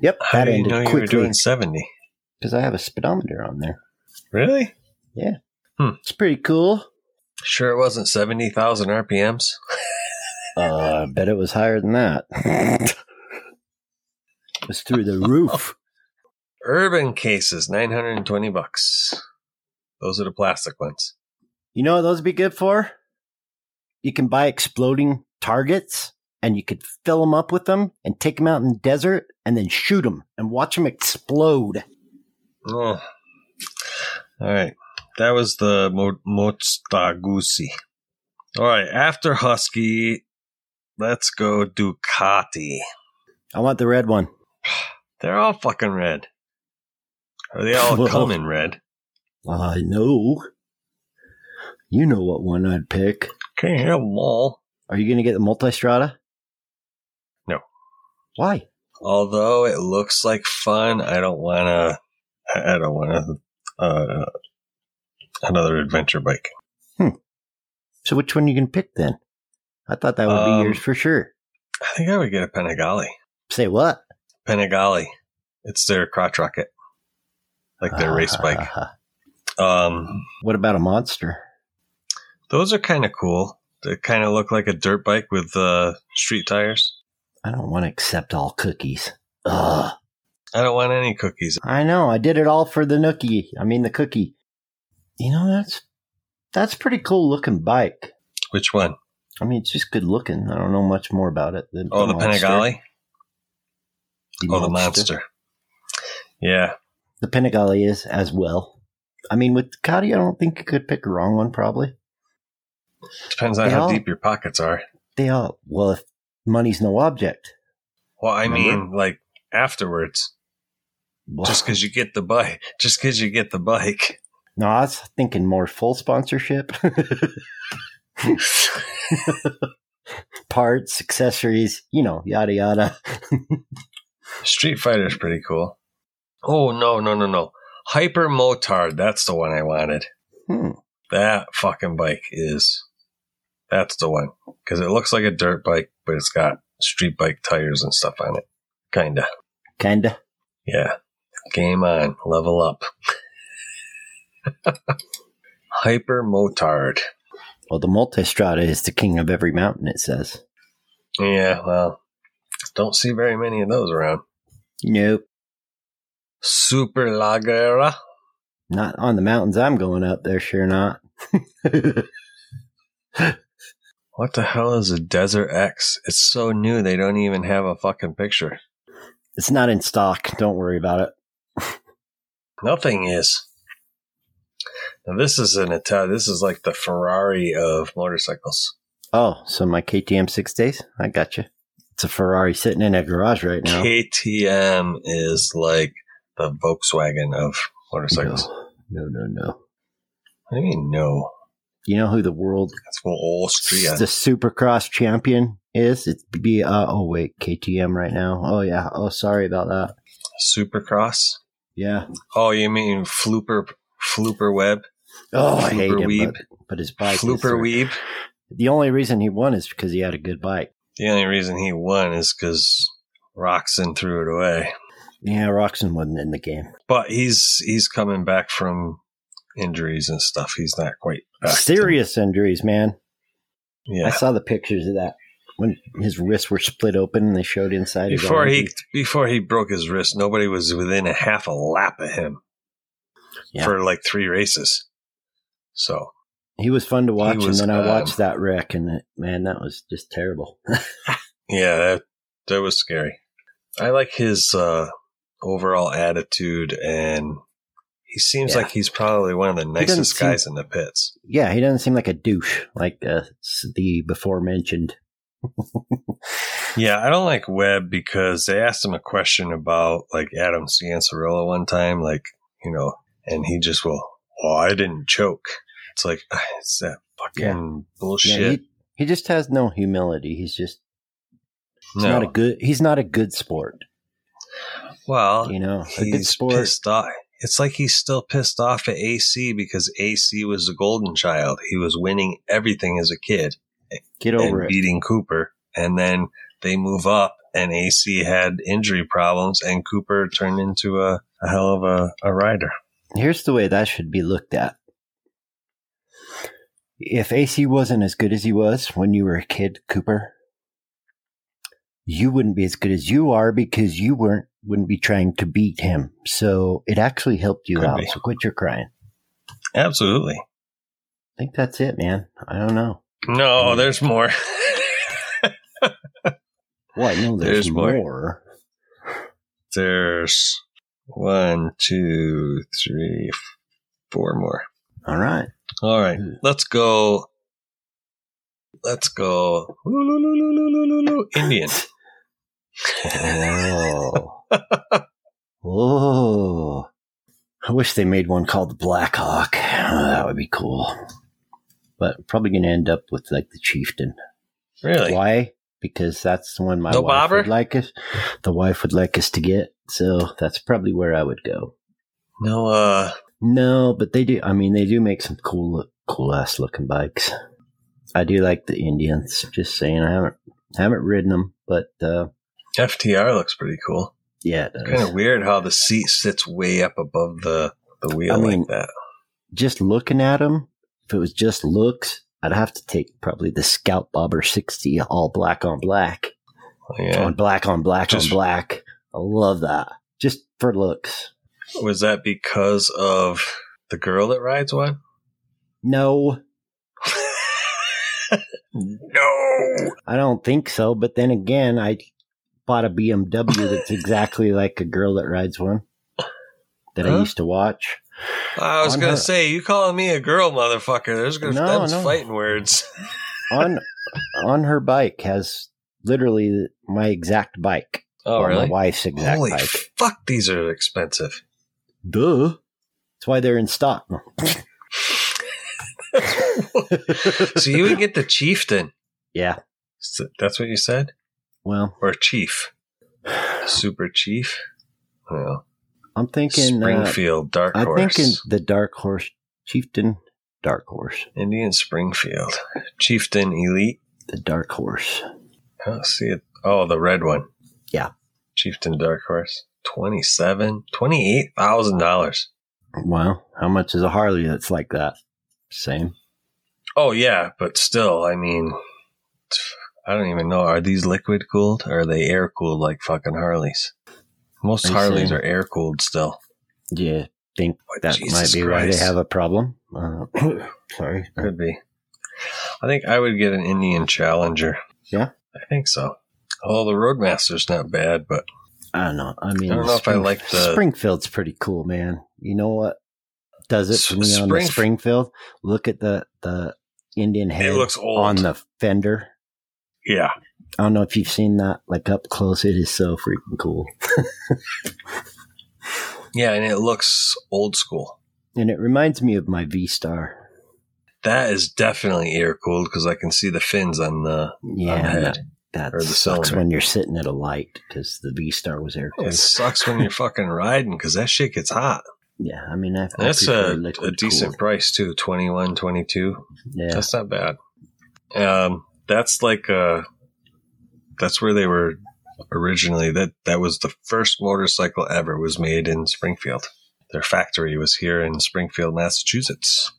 Yep, How that do Oh, you know ended you were quickly doing seventy? because I have a speedometer on there. Really? It's pretty cool. Sure, it wasn't seventy thousand RPMs. Uh, I bet it was higher than that. it was through the roof. Urban cases, nine hundred and twenty bucks. Those are the plastic ones. You know what those would be good for? You can buy exploding targets and you could fill them up with them and take them out in the desert and then shoot them and watch them explode. Oh. All right, that was the Mo- Mostagusi. All right, after Husky, let's go Ducati. I want the red one. They're all fucking red. Or they all Well. come in red. I know. You know what one I'd pick. Can't hear them all. Are you going to get the Multistrada? No. Why? Although it looks like fun, I don't want to. I don't want to. Uh, another adventure bike. So which one you can pick then? I thought that would Um, be yours for sure. I think I would get a Panigale. Say what? Panigale. It's their crotch rocket, like their race bike. Um, What about a monster? those are kind of cool. They kind of look like a dirt bike with uh, street tires. I don't want to accept all cookies. Ugh. I don't want any cookies. I know. I did it all for the nookie. I mean the cookie. You know that's that's pretty cool looking bike. Which one? I mean it's just good looking. I don't know much more about it. than Oh, the, Monster. Panigale. Oh, the monster. Yeah. The Panigale is as well. I mean with Ducati, I don't think you could pick a wrong one. Probably Depends on They how all- deep your pockets are. they all. Well, if money's no object, Well, I Remember? mean, like afterwards, well, just because you get the bike, just because you get the bike. no, I was thinking more full sponsorship, parts, accessories, you know, yada yada. Street Fighter's pretty cool. Oh no, no, no, no! Hyper Motard. That's the one I wanted. Hmm. That fucking bike is. That's the one because it looks like a dirt bike, but it's got street bike tires and stuff on it. Kinda. Kinda. Yeah. Game on. Level up. Hyper motard. Well, the Multistrada is the king of every mountain, it says. Yeah, well, don't see very many of those around. Nope. Super Lagera. Not on the mountains I'm going up there, sure not. What the hell is a Desert X? It's so new they don't even have a fucking picture. It's not in stock. Don't worry about it. Nothing is. Now this is an Italian. This is like the Ferrari of motorcycles. Oh, so my KTM six days? I got you. It's a Ferrari sitting in a garage right now. KTM is like the Volkswagen of motorcycles. No, no, no. What do you mean no? You know who the world That's from Austria. the Supercross champion is? It's B. Uh, oh wait, KTM right now. Oh yeah. Oh sorry about that. Supercross. Yeah. Oh, you mean Flooper Flooper Web? Oh, I hate Flooper him, Weeb. but, but his bike. is- Flooper Weeb. The only reason he won is because he had a good bike. The only reason he won is because Roxon threw it away. Yeah, Roxon wasn't in the game. But he's he's coming back from injuries and stuff. He's not quite back. to- Serious injuries, man. I Yeah. saw the pictures of that when his wrists were split open and they showed inside. his Before arms. he before he broke his wrist, nobody was within a half a lap of him Yeah. for like three races. So he was fun to watch, was, and then I um, watched that wreck, and it, man, that was just terrible. yeah, that that was scary. I like his uh, overall attitude, and he seems Yeah. like he's probably one of the doesn't nicest seem- guys in the pits. yeah, he doesn't seem like a douche like uh, s- the before mentioned. Yeah, I don't like Webb because they asked him a question about like Adam Cianciarella one time, like you know, and he just will. Oh, I didn't choke. It's like "Ah, it's that fucking Yeah, bullshit. he, he just has no humility. He's just he's no, not a good. He's not a good sport. well, You know, a good Uh, he's sport. pissed off. It's like he's still pissed off at AC because AC was the golden child. He was winning everything as a kid Get over and it. beating Cooper, and then they move up, and AC had injury problems, and Cooper turned into a, a hell of a, a rider. Here's the way that should be looked at. If AC wasn't as good as he was when you were a kid, Cooper, you wouldn't be as good as you are because you weren't wouldn't be trying to beat him. So it actually helped you Could out. be. So quit your crying. Absolutely. I think that's it, man. I don't know. No, there's more. Well, I know there's, There's more. more. there's one, two, three, f- four more. All right. All right, let's go. Let's go. Indian. Oh. oh. I wish they made one called the Black Hawk. Oh, that would be cool. But probably going to end up with like the Chieftain. Really? Why? Because that's the one my No wife bobber? would like us. The wife would like us to get. So that's probably where I would go. No, uh, No, but they do. I mean, they do make some cool, cool ass looking bikes. I do like the Indians. Just saying, I haven't haven't ridden them, but uh, FTR looks pretty cool. yeah, it does. Kind of weird how the seat sits way up above the, the wheel I mean- like that. just looking at them, if it was just looks, I'd have to take probably the Scout Bobber 60 all black on black. Yeah. On black on black Just- on black. I love that. Just for looks. Was that because of the girl that rides one? No, No. I don't think so. But then again, I bought a BMW that's exactly like a girl that rides one that I Huh? used to watch. I was On gonna her- say you calling me a girl, motherfucker. There's gonna No, that's no. fighting words. On on her bike has literally my exact bike. Oh Well, My wife's exact Holy bike. fuck! These are expensive. Duh. That's why they're in stock. so you would get the chieftain. Yeah. So That's what you said, Well, or chief, super chief. Well, I'm thinking. Uh, Springfield Dark I'm Horse, thinking the Dark Horse Chieftain. Dark Horse. Indian Springfield, chieftain elite. The Dark Horse. I don't see it Oh, the red one. Yeah. Chieftain Dark Horse. Twenty-seven, twenty-eight thousand dollars. Well, how much is a Harley that's like that? Same. Oh yeah, but still, I mean, I don't even know. Are these liquid cooled? Or are they air cooled like fucking Harleys? Most I see. Harleys are air cooled still. Do you think Oh, that Jesus might be why they Christ. have a problem? Uh, sorry. Could be. I think I would get an Indian Challenger. Yeah? I think so. Oh, the Roadmaster's not bad, but I don't know. I mean, I don't know if I Spring- like the- Springfield's pretty cool, man. You know what does it for me S- on the Springf- Springfield? Look at the the Indian head it looks old. on the fender. yeah, I don't know if you've seen that like up close. It is so freaking cool, yeah, and it looks old school. and it reminds me of my V Star. That is definitely air cooled because I can see the fins on the on the Yeah, head. that, that Oh, Or the sucks cylinder. when you're sitting at a light because the V Star was air cooled. It sucks when you're fucking riding because that shit gets hot. Yeah, I mean I, I That's prefer a, a liquid decent cooled. price too. 21, 22. Yeah, That's not bad. Um, that's like uh, that's where they were originally. That that was the first motorcycle ever was made in Springfield. Their factory was here in Springfield, Massachusetts,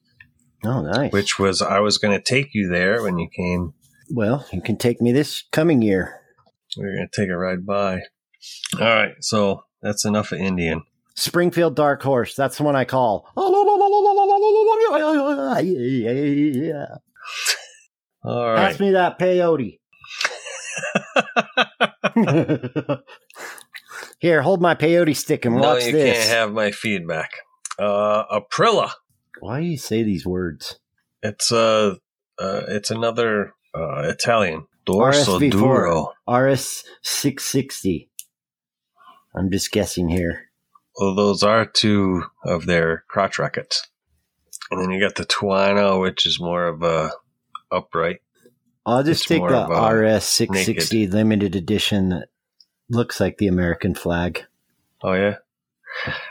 oh nice. which was I was going to take you there when you came. well, you can take me this coming year. We were going to take a ride by. All right, so that's enough of Indian. Springfield Dark Horse. That's the one I call. Pass All right, me that peyote. Here, hold my peyote stick and no, watch you this. can't have my feedback. Uh, Aprilla. Why do you say these words? It's uh, uh it's another uh Italian. Dorso RSV4. duro. RS six sixty. I'm just guessing here. Well, those are two of their crotch rockets. And then you got the Tuano, which is more of a upright. I'll just It's take more the of a RS six sixty limited edition that looks like the American flag. Oh yeah.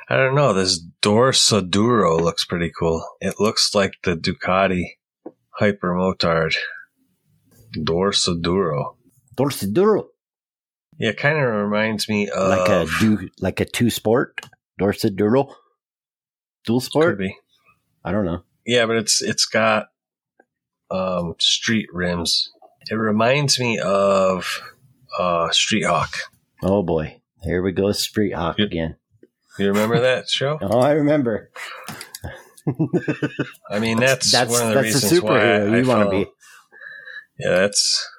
I don't know. This Dorsoduro looks pretty cool. It looks like the Ducati Hyper Motard. Dorsoduro. Dorsaduro. Yeah, kind of reminds me of like a du- like a two sport dorset dural dual could sport be. i don't know Yeah, but it's it's got um, street rims. It reminds me of uh, Street Hawk. oh boy here we go street hawk Yeah. again You remember that show? oh i remember I mean, that's that's one of the that's reasons a superhero why I, you want want to be Yeah, that's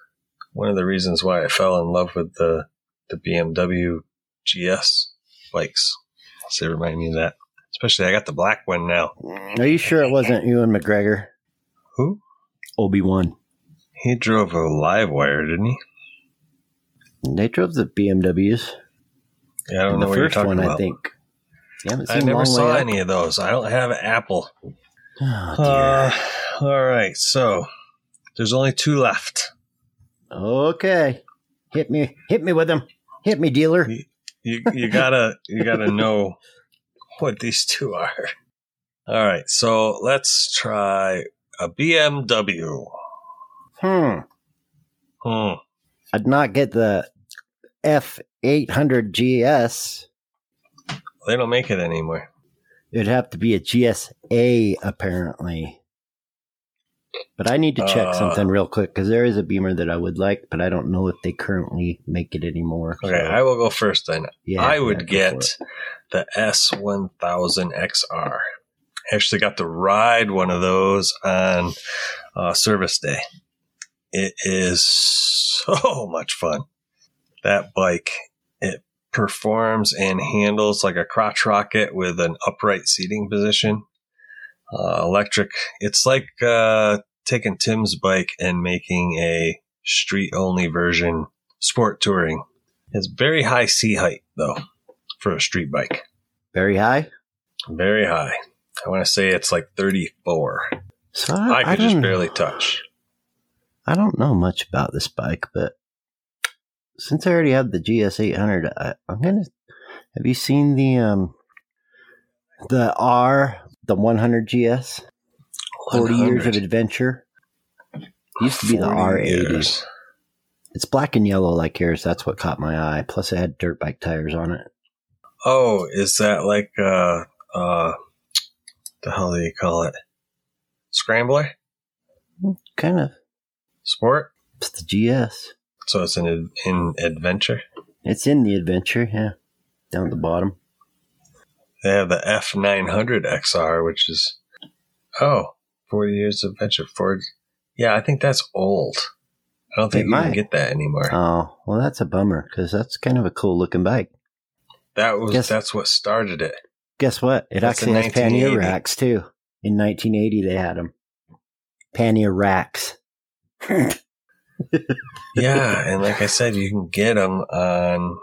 one of the reasons why I fell in love with the the BMW GS bikes. So they remind me of that. Especially, I got the black one now. are you sure it wasn't you and mcgregor Who? obi-wan He drove a live wire, didn't he? they drove the bmws Yeah, I don't And know the what you're first talking one about. i think you haven't I seen never long saw way any of those. I don't have an Apple. up. Oh, Uh, dear. all right, so there's only two left. okay hit me hit me with them hit me dealer you you gotta you gotta know what these two are. All right, so let's try a BMW. hmm Hmm. i'd not get the f800 gs They don't make it anymore. It'd have to be a GSA, apparently. But I need to check Uh. something real quick because there is a Beamer that I would like, but I don't know if they currently make it anymore. Okay, So, I will go first then. yeah, I yeah, would go for it. get the S1000XR. Actually, got to ride one of those on uh, service day. It is so much fun. That bike, it performs and handles like a crotch rocket with an upright seating position. Uh, electric. It's like uh, taking Tim's bike and making a street only version sport touring. It's very high sea height though for a street bike. very high. Very high. I want to say it's like 34. So I I, could I just don't- barely touch. I don't know much about this bike, but since I already have the GS800, I, I'm gonna. Have you seen the um the R the 100 GS? 40 years of 100. adventure. Used to be the 40 R80. years. It's black and yellow like yours. That's what caught my eye. Plus, it had dirt bike tires on it. Oh, is that like uh uh the hell do you call it? Scrambler? Kind of. Sport? It's the GS. So it's an ad- in adventure. It's in the adventure, yeah. Down at the bottom. They have the F900 XR, which is oh, 40 years of adventure. Ford. Yeah, I think that's old. I don't think It you can might. get that anymore. Oh, well, that's a bummer because that's kind of a cool looking bike. that was guess- that's what started it. Guess what? It That's in actually has pannier 1980. racks too. In 1980, they had them. Pannier racks. Yeah, and like I said, you can get them on.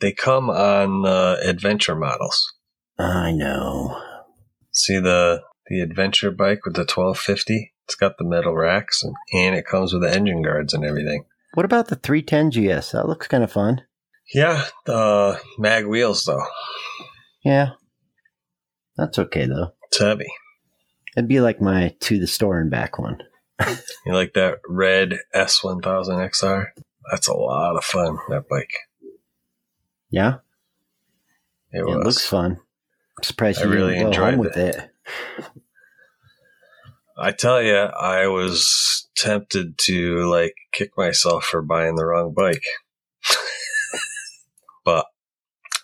They come on uh, adventure models. I know. See the the adventure bike with the 1250. It's got the metal racks and, and it comes with the engine guards and everything. What about the 310 GS? That looks kind of fun. Yeah, uh, mag wheels though. Yeah. That's okay though. It's heavy. It'd be like my to the store and back one. You like that red S1000 XR? That's a lot of fun. That bike. Yeah, It, it, was. looks fun. I'm surprised I you really didn't go enjoyed home with it. I tell you, I was tempted to like kick myself for buying the wrong bike. but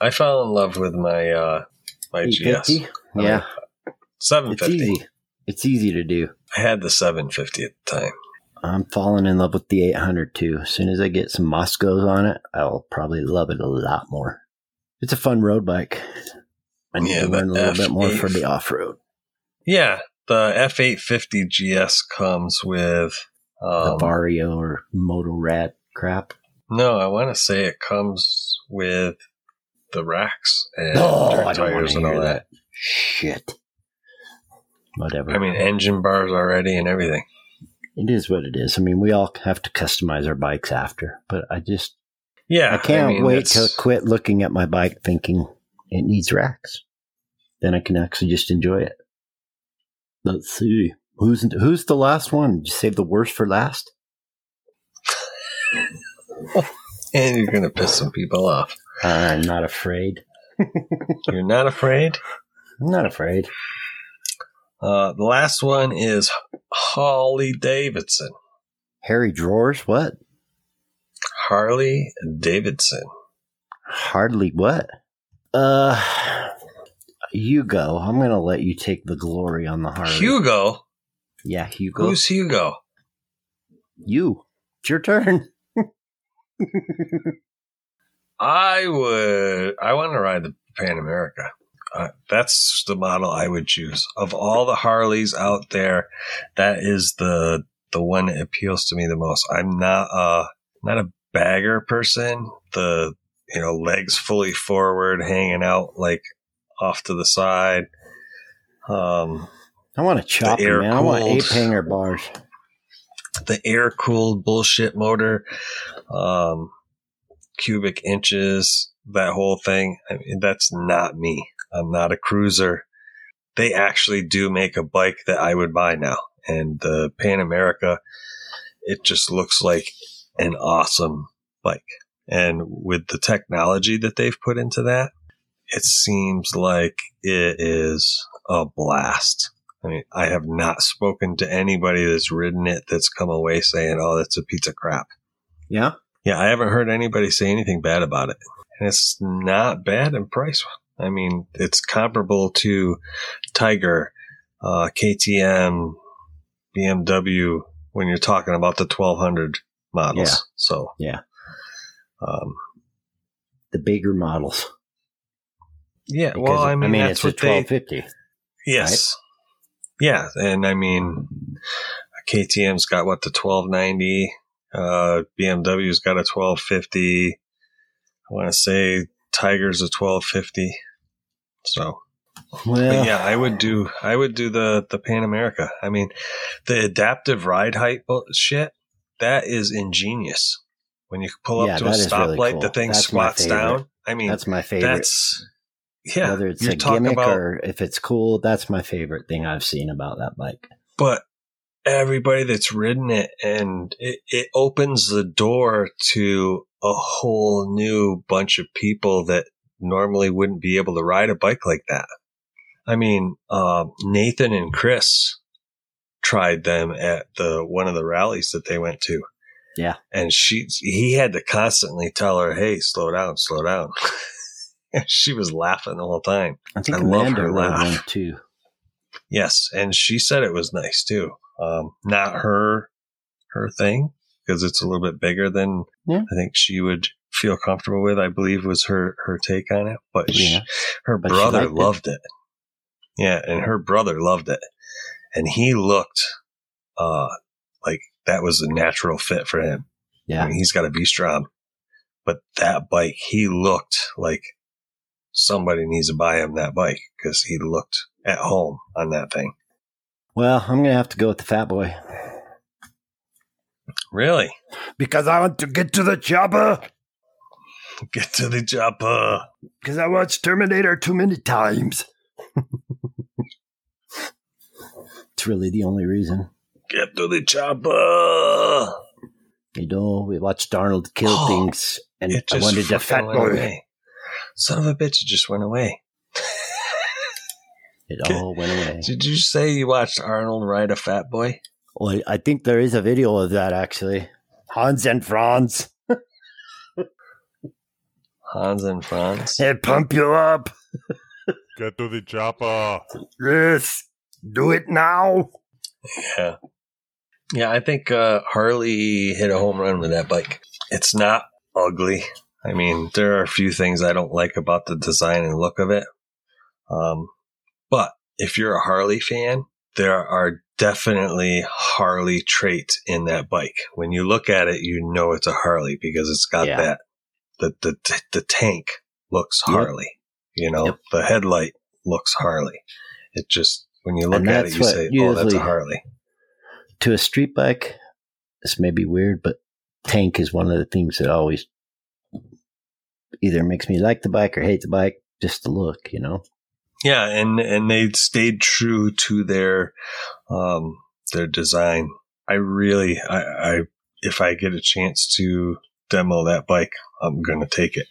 I fell in love with my uh my GS 850? I Yeah, it's 750. easy. It's easy to do. I had the 750 at the time. I'm falling in love with the 800 too. As soon as I get some Moscows on it, I'll probably love it a lot more. It's a fun road bike. I need Yeah, to learn the a little bit more F8. for the off road. Yeah, the F850 GS comes with The um, Vario or Moto Rad crap. No, I want to say it comes with the racks and Oh, dirt I don't want tires to and all hear that. that. Shit. Whatever. I mean, engine bars already and everything. it is what it is. I mean, we all have to customize our bikes after, but I just Yeah, I can't mean, wait it's- to quit looking at my bike thinking it needs racks. Then I can actually just enjoy it. Let's see. Who's who's the last one? Did you save the worst for last? and you're gonna piss some people off. I'm not afraid. You're not afraid. I'm not afraid. Uh, the last one is Harley Davidson. Harry drawers, what? Harley Davidson. Hardly what? Uh you go. I'm gonna let you take the glory on the Harley. Hugo. Yeah, Hugo. Who's Hugo? you? It's your turn. I would. I want to ride the Pan America. Uh, that's the model I would choose of all the Harleys out there. That is the the one that appeals to me the most. I'm not a not a bagger person. The you know legs fully forward, hanging out like off to the side. Um, I want to chop The him, man. I want air-cooled. ape hanger bars. the air cooled bullshit motor, um, cubic inches, that whole thing. I mean, that's not me. I'm not a cruiser. They actually do make a bike that I would buy now. And the Pan America, it just looks like an awesome bike. And with the technology that they've put into that, it seems like it is a blast. I mean, I have not spoken to anybody that's ridden it that's come away saying, oh, that's a piece of crap. Yeah. Yeah, I haven't heard anybody say anything bad about it. And it's not bad in price. I mean, it's comparable to Tiger, uh, KTM, BMW when you're talking about the 1200 models. Yeah. So, Yeah. Um, The bigger models. yeah, Because, well, I mean, that's it's a what they, 1250. Yes. Yeah, and I mean, KTM's got what the twelve ninety. Uh, BMW's got a twelve fifty. I want to say Tiger's a twelve fifty. So, Well, but yeah, I would do I would do the the Pan America. I mean, the adaptive ride height bu- shit that is ingenious. When you pull up Yeah, to a that is really stoplight, cool. the thing That's my squats favorite. down. I mean, that's, that's my favorite. yeah. Whether it's you're a talking gimmick about- or if it's cool, that's my favorite thing I've seen about that bike. but everybody that's ridden it and it, it opens the door to a whole new bunch of people that normally wouldn't be able to ride a bike like that. I mean, uh, Nathan and Chris tried them at the one of the rallies that they went to. Yeah. And she he had to constantly tell her, "Hey, slow down, slow down." And she was laughing the whole time. I think I love Amanda her rode laugh. one too. Yes, and she said it was nice too. Um, not her her thing because it's a little bit bigger than Yeah. I think she would feel comfortable with. I believe was her her take on it, but she, Yeah. her But she brother liked it. loved it. Yeah, and her brother loved it, and he looked uh like that was a natural fit for him. I Yeah. mean, he's got a V Strom, but that bike, he looked like somebody needs to buy him that bike because he looked at home on that thing. Well, I'm gonna have to go with the Fat Boy. Really? Because I want to get to the chopper. Get to the chopper. Because I watched Terminator too many times. It's really the only reason. Get to the chopper. You know, we watched Arnold kill Oh, things, and It I just wanted fucking the Fat went Boy. away. Son of a bitch, it just went away. It all went away. Did you say you watched Arnold ride a fat boy? Well, I think there is a video of that actually. Hans and Franz. Hans and Franz? It pump you up. Get to the chopper. Yes. Do it now. Yeah. Yeah, I think uh, Harley hit a home run with that bike. It's not ugly. I mean, there are a few things I don't like about the design and look of it. Um, but if you're a Harley fan, there are definitely Harley traits in that bike. When you look at it, you know it's a Harley because it's got Yeah. that the the t- the tank looks Yep. Harley. You know, Yep. the headlight looks Harley. It just when you look And at it, that's you what say, "Oh, that's usually- a Harley." To a street bike, this may be weird, but tank is one of the things that always either makes me like the bike or hate the bike. Just the look, you know. Yeah, and and they stayed true to their um their design. I really I, I if I get a chance to demo that bike, I'm gonna take it.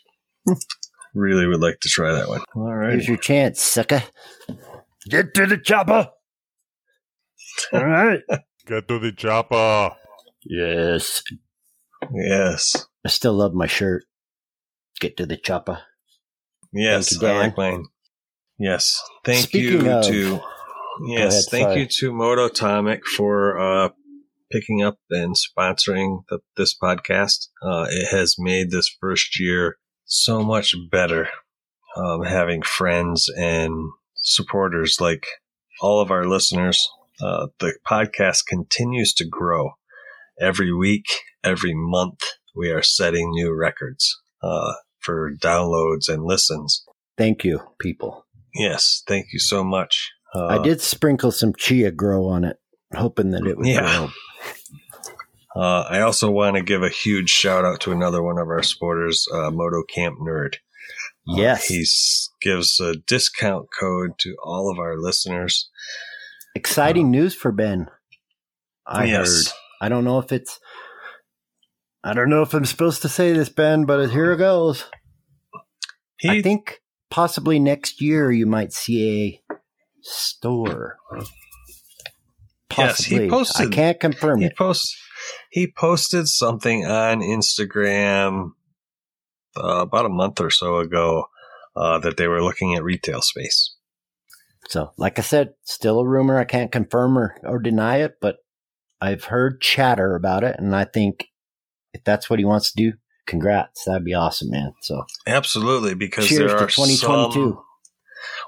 really would like to try that one. All Here's your chance, sucker. Get to the chopper. All right. Get to the chopper. Yes. Yes. I still love my shirt. Get to the chopper. Yes, Thank you, I Dan. like mine. Yes. Thank Speaking you of- to Yes, ahead, thank sorry. you to Mototomic for uh picking up and sponsoring the, this podcast. Uh it has made this first year so much better um having friends and supporters like all of our listeners. Uh the podcast continues to grow every week, every month we are setting new records. Uh for downloads and listens. Thank you, people. Yes, thank you so much. Uh, I did sprinkle some chia grow on it, hoping that it would Yeah. grow. Uh, I also want to give a huge shout out to another one of our supporters, uh, Moto Camp Nerd. Uh, Yes. he s- gives a discount code to all of our listeners. Exciting news for Ben. I heard. uh, yes, I don't know if it's. I don't know if I'm supposed to say this, Ben, but here it goes. I he think possibly next year you might see a store. Yes, he Possibly. posted- I can't confirm he it. posts he posted something on Instagram uh, about a month or so ago uh, that they were looking at retail space. So, like I said, still a rumor. I can't confirm or, or deny it, but I've heard chatter about it, and I think if that's what he wants to do, congrats. That'd be awesome, man. So, Absolutely, because cheers there to are 2022 some-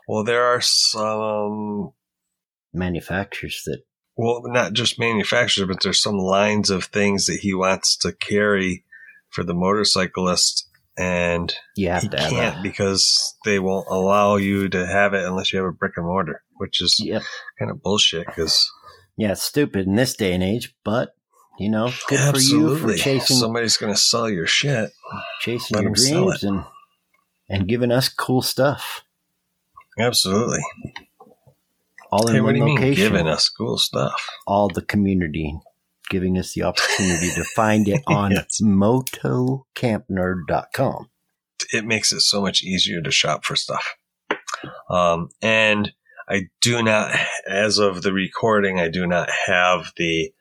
well, there are some manufacturers that well, not just manufacturers, but there's some lines of things that he wants to carry for the motorcyclist, and you have he to have. can't a- because they won't allow you to have it unless you have a brick and mortar, which is Yep. kind of bullshit. Because Yeah, it's stupid in this day and age, but you know, good for you absolutely, for chasing somebody's going to sell your shit. chasing let your 'em sell dreams and and giving us cool stuff. Absolutely. all in Hey, what one do you location. mean giving us cool stuff? all the community, giving us the opportunity to find it on Yes. motocampnerd.com. It makes it so much easier to shop for stuff. Um, and I do not, as of the recording, I do not have the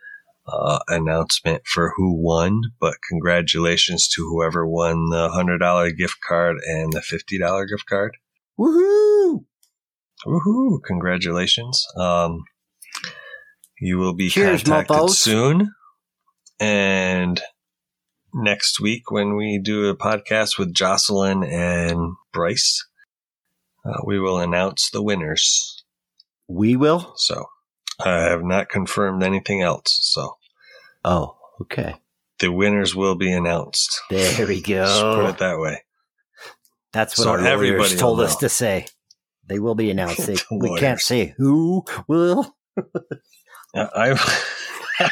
uh, announcement for who won, but congratulations to whoever won the $100 gift card and the $50 gift card. Woohoo! Woohoo! Congratulations. Um, you will be Cheers, contacted mofos. soon. And next week, when we do a podcast with Jocelyn and Bryce, uh, we will announce the winners. We will? So I have not confirmed anything else. So Oh, okay. the winners will be announced. There we Just put go. it that way. That's what So our lawyers everybody told will us know. to say. They will be announced. They, The we lawyers. can't say who will. I, Uh, I,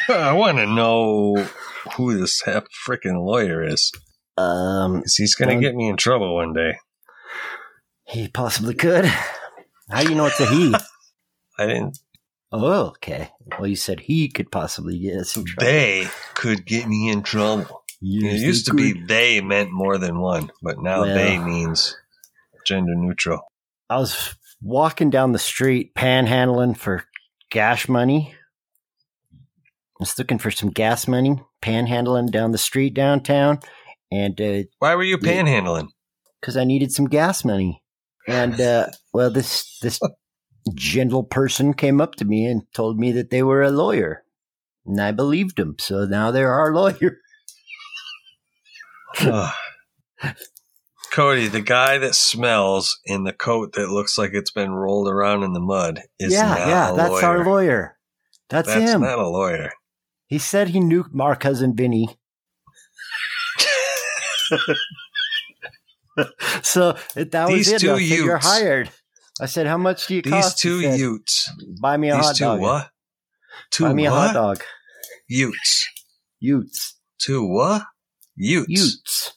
I want to know who this freaking lawyer is Um, because he's going Done. to get me in trouble one day. he possibly could. How do you know it's a he? I didn't. oh, okay. Well, you said he could possibly get us in trouble. They could get me in trouble. Yes, it they used to be could. they meant more than one, but now Well. they means gender neutral. I was walking down the street panhandling for gas money. I was looking for some gas money, panhandling down the street downtown, and because Why were you Yeah. panhandling? I needed some gas money. And uh, well, this this gentle person came up to me and told me that they were a lawyer, and I believed him. So now they're our lawyer. Ugh. Cody, the guy that smells in the coat that looks like it's been rolled around in the mud is yeah, not yeah, a that's lawyer. our lawyer. That's, That's him. not a lawyer. he said he knew our cousin Vinny. So that was These it. two I said, You're Utes. hired. I said, "How much do you These cost?" He two said, Utes. Buy me a These hot two dog. what? Two Buy me a hot what? dog. Utes. Utes. Two what? Utes. Utes.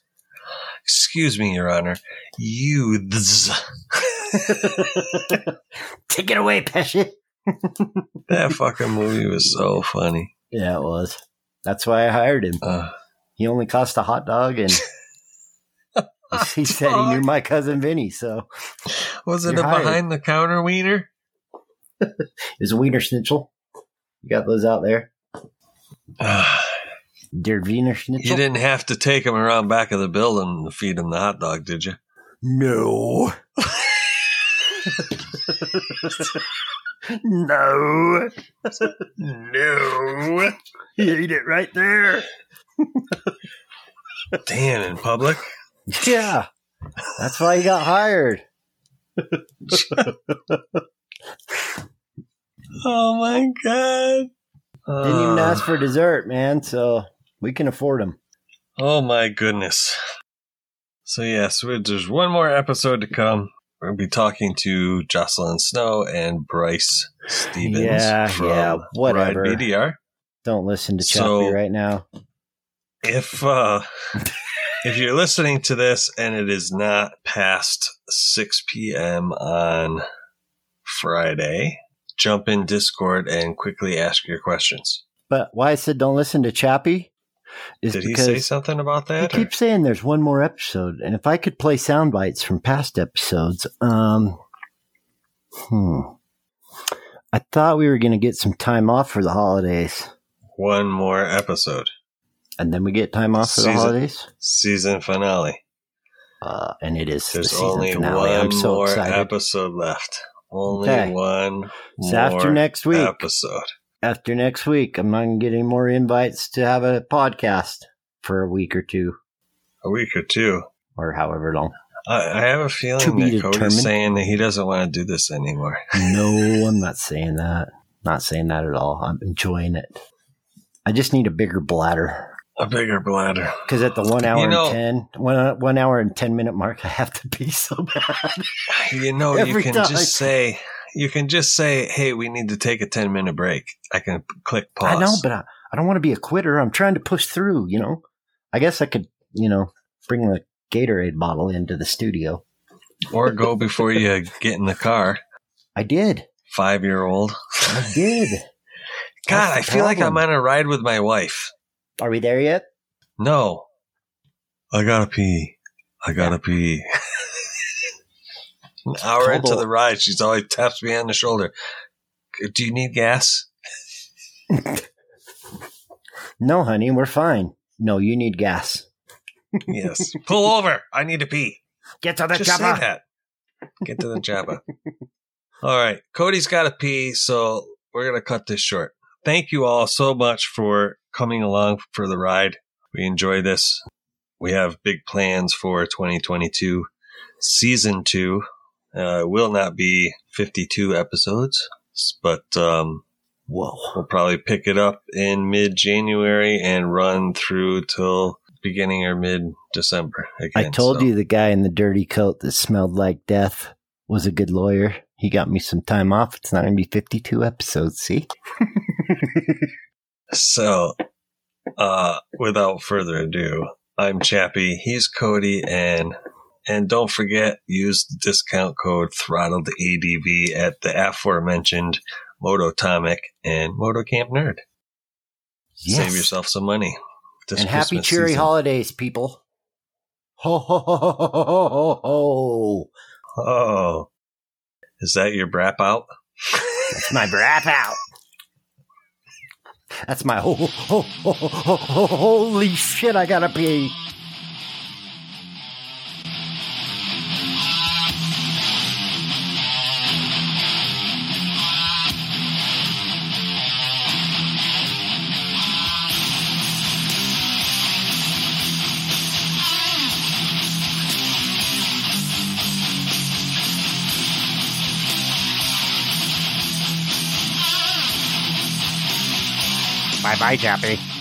Excuse me, Your Honor. Youths. Take it away, Pesci. That fucking movie was so funny. Yeah, it was. That's why I hired him. Uh, He only cost a hot dog, and he said he knew my cousin Vinny. So was it You're a hired. behind the counter wiener? is a wiener schnitzel. You got those out there, Uh, dear wiener schnitzel. you didn't have to take him around back of the building to feed him the hot dog, did you? No. no. No. He ate it right there. Damn, in public? Yeah. That's why he got hired. Oh my god. Didn't even Uh, ask for dessert, man. So we can afford him. Oh my goodness. So yes, we there's one more episode to come. We'll be talking to Jocelyn Snow and Bryce Stevens Yeah, from yeah, whatever. Ride BDR. Don't listen to So- Chappie right now. if uh if you're listening to this and it is not past 6 p.m on friday jump in discord and quickly ask your questions But why I said don't listen to Chappie is did he because say something about he that or- keeps saying there's one more episode, and if I could play sound bites from past episodes, um, hmm, I thought we were going to get some time off for the holidays, one more episode and then we get time off for the Season- holidays, season finale uh, and it is the there's season only finale. one I'm so more excited. episode left only Okay. one It's more after next week. episode after next week, I'm not going to get any more invites to have a podcast for a week or two a week or two or however long. I, I have a feeling be that determined. Cody's saying that he doesn't want to do this anymore. No, I'm not saying that. Not saying that at all. I'm enjoying it. I just need a bigger bladder A bigger bladder. because at the one hour know- and ten, one, one hour and 10 minute mark, I have to be so bad. You know, you Every can time. just say, you can just say, hey, we need to take a 10 minute break. I can p- click pause. I know, but I, I don't want to be a quitter. I'm trying to push through, you know? I guess I could, you know, bring the Gatorade bottle into the studio. or go before you get in the car. I did. five year old. I did. God, That's the I feel like I'm problem. on a ride with my wife. Are we there yet? No. I gotta pee. I gotta pee. An hour Total- into the ride, she's always taps me on the shoulder. Do you need gas? No, honey, we're fine. No, you need gas. Yes. Pull over. I need to pee. Get to the Just say chopper. that. Get to the Jabba. all right. Cody's got to pee, so we're going to cut this short. Thank you all so much for coming along for the ride. We enjoy this. We have big plans for 2022. Season two uh, will not be 52 episodes, but um, Whoa. we'll probably pick it up in mid January and run through till beginning or mid December. I told you. you the guy in the dirty coat that smelled like death was a good lawyer. He got me some time off. It's not going to be 52 episodes, see? So, uh, without further ado, I'm Chappie. He's Cody, and and don't forget use the discount code Throttled ADV at the aforementioned Mototomic and Motocamp Nerd. Save yourself some money. This and happy Christmas cheery season. holidays, people. Ho, ho, ho, ho, ho, ho, ho, ho. Oh, is that your brap out? That's my wrap out. That's my ho, ho, ho, ho, ho, ho, holy shit, I gotta pee. Bye bye, Jappy.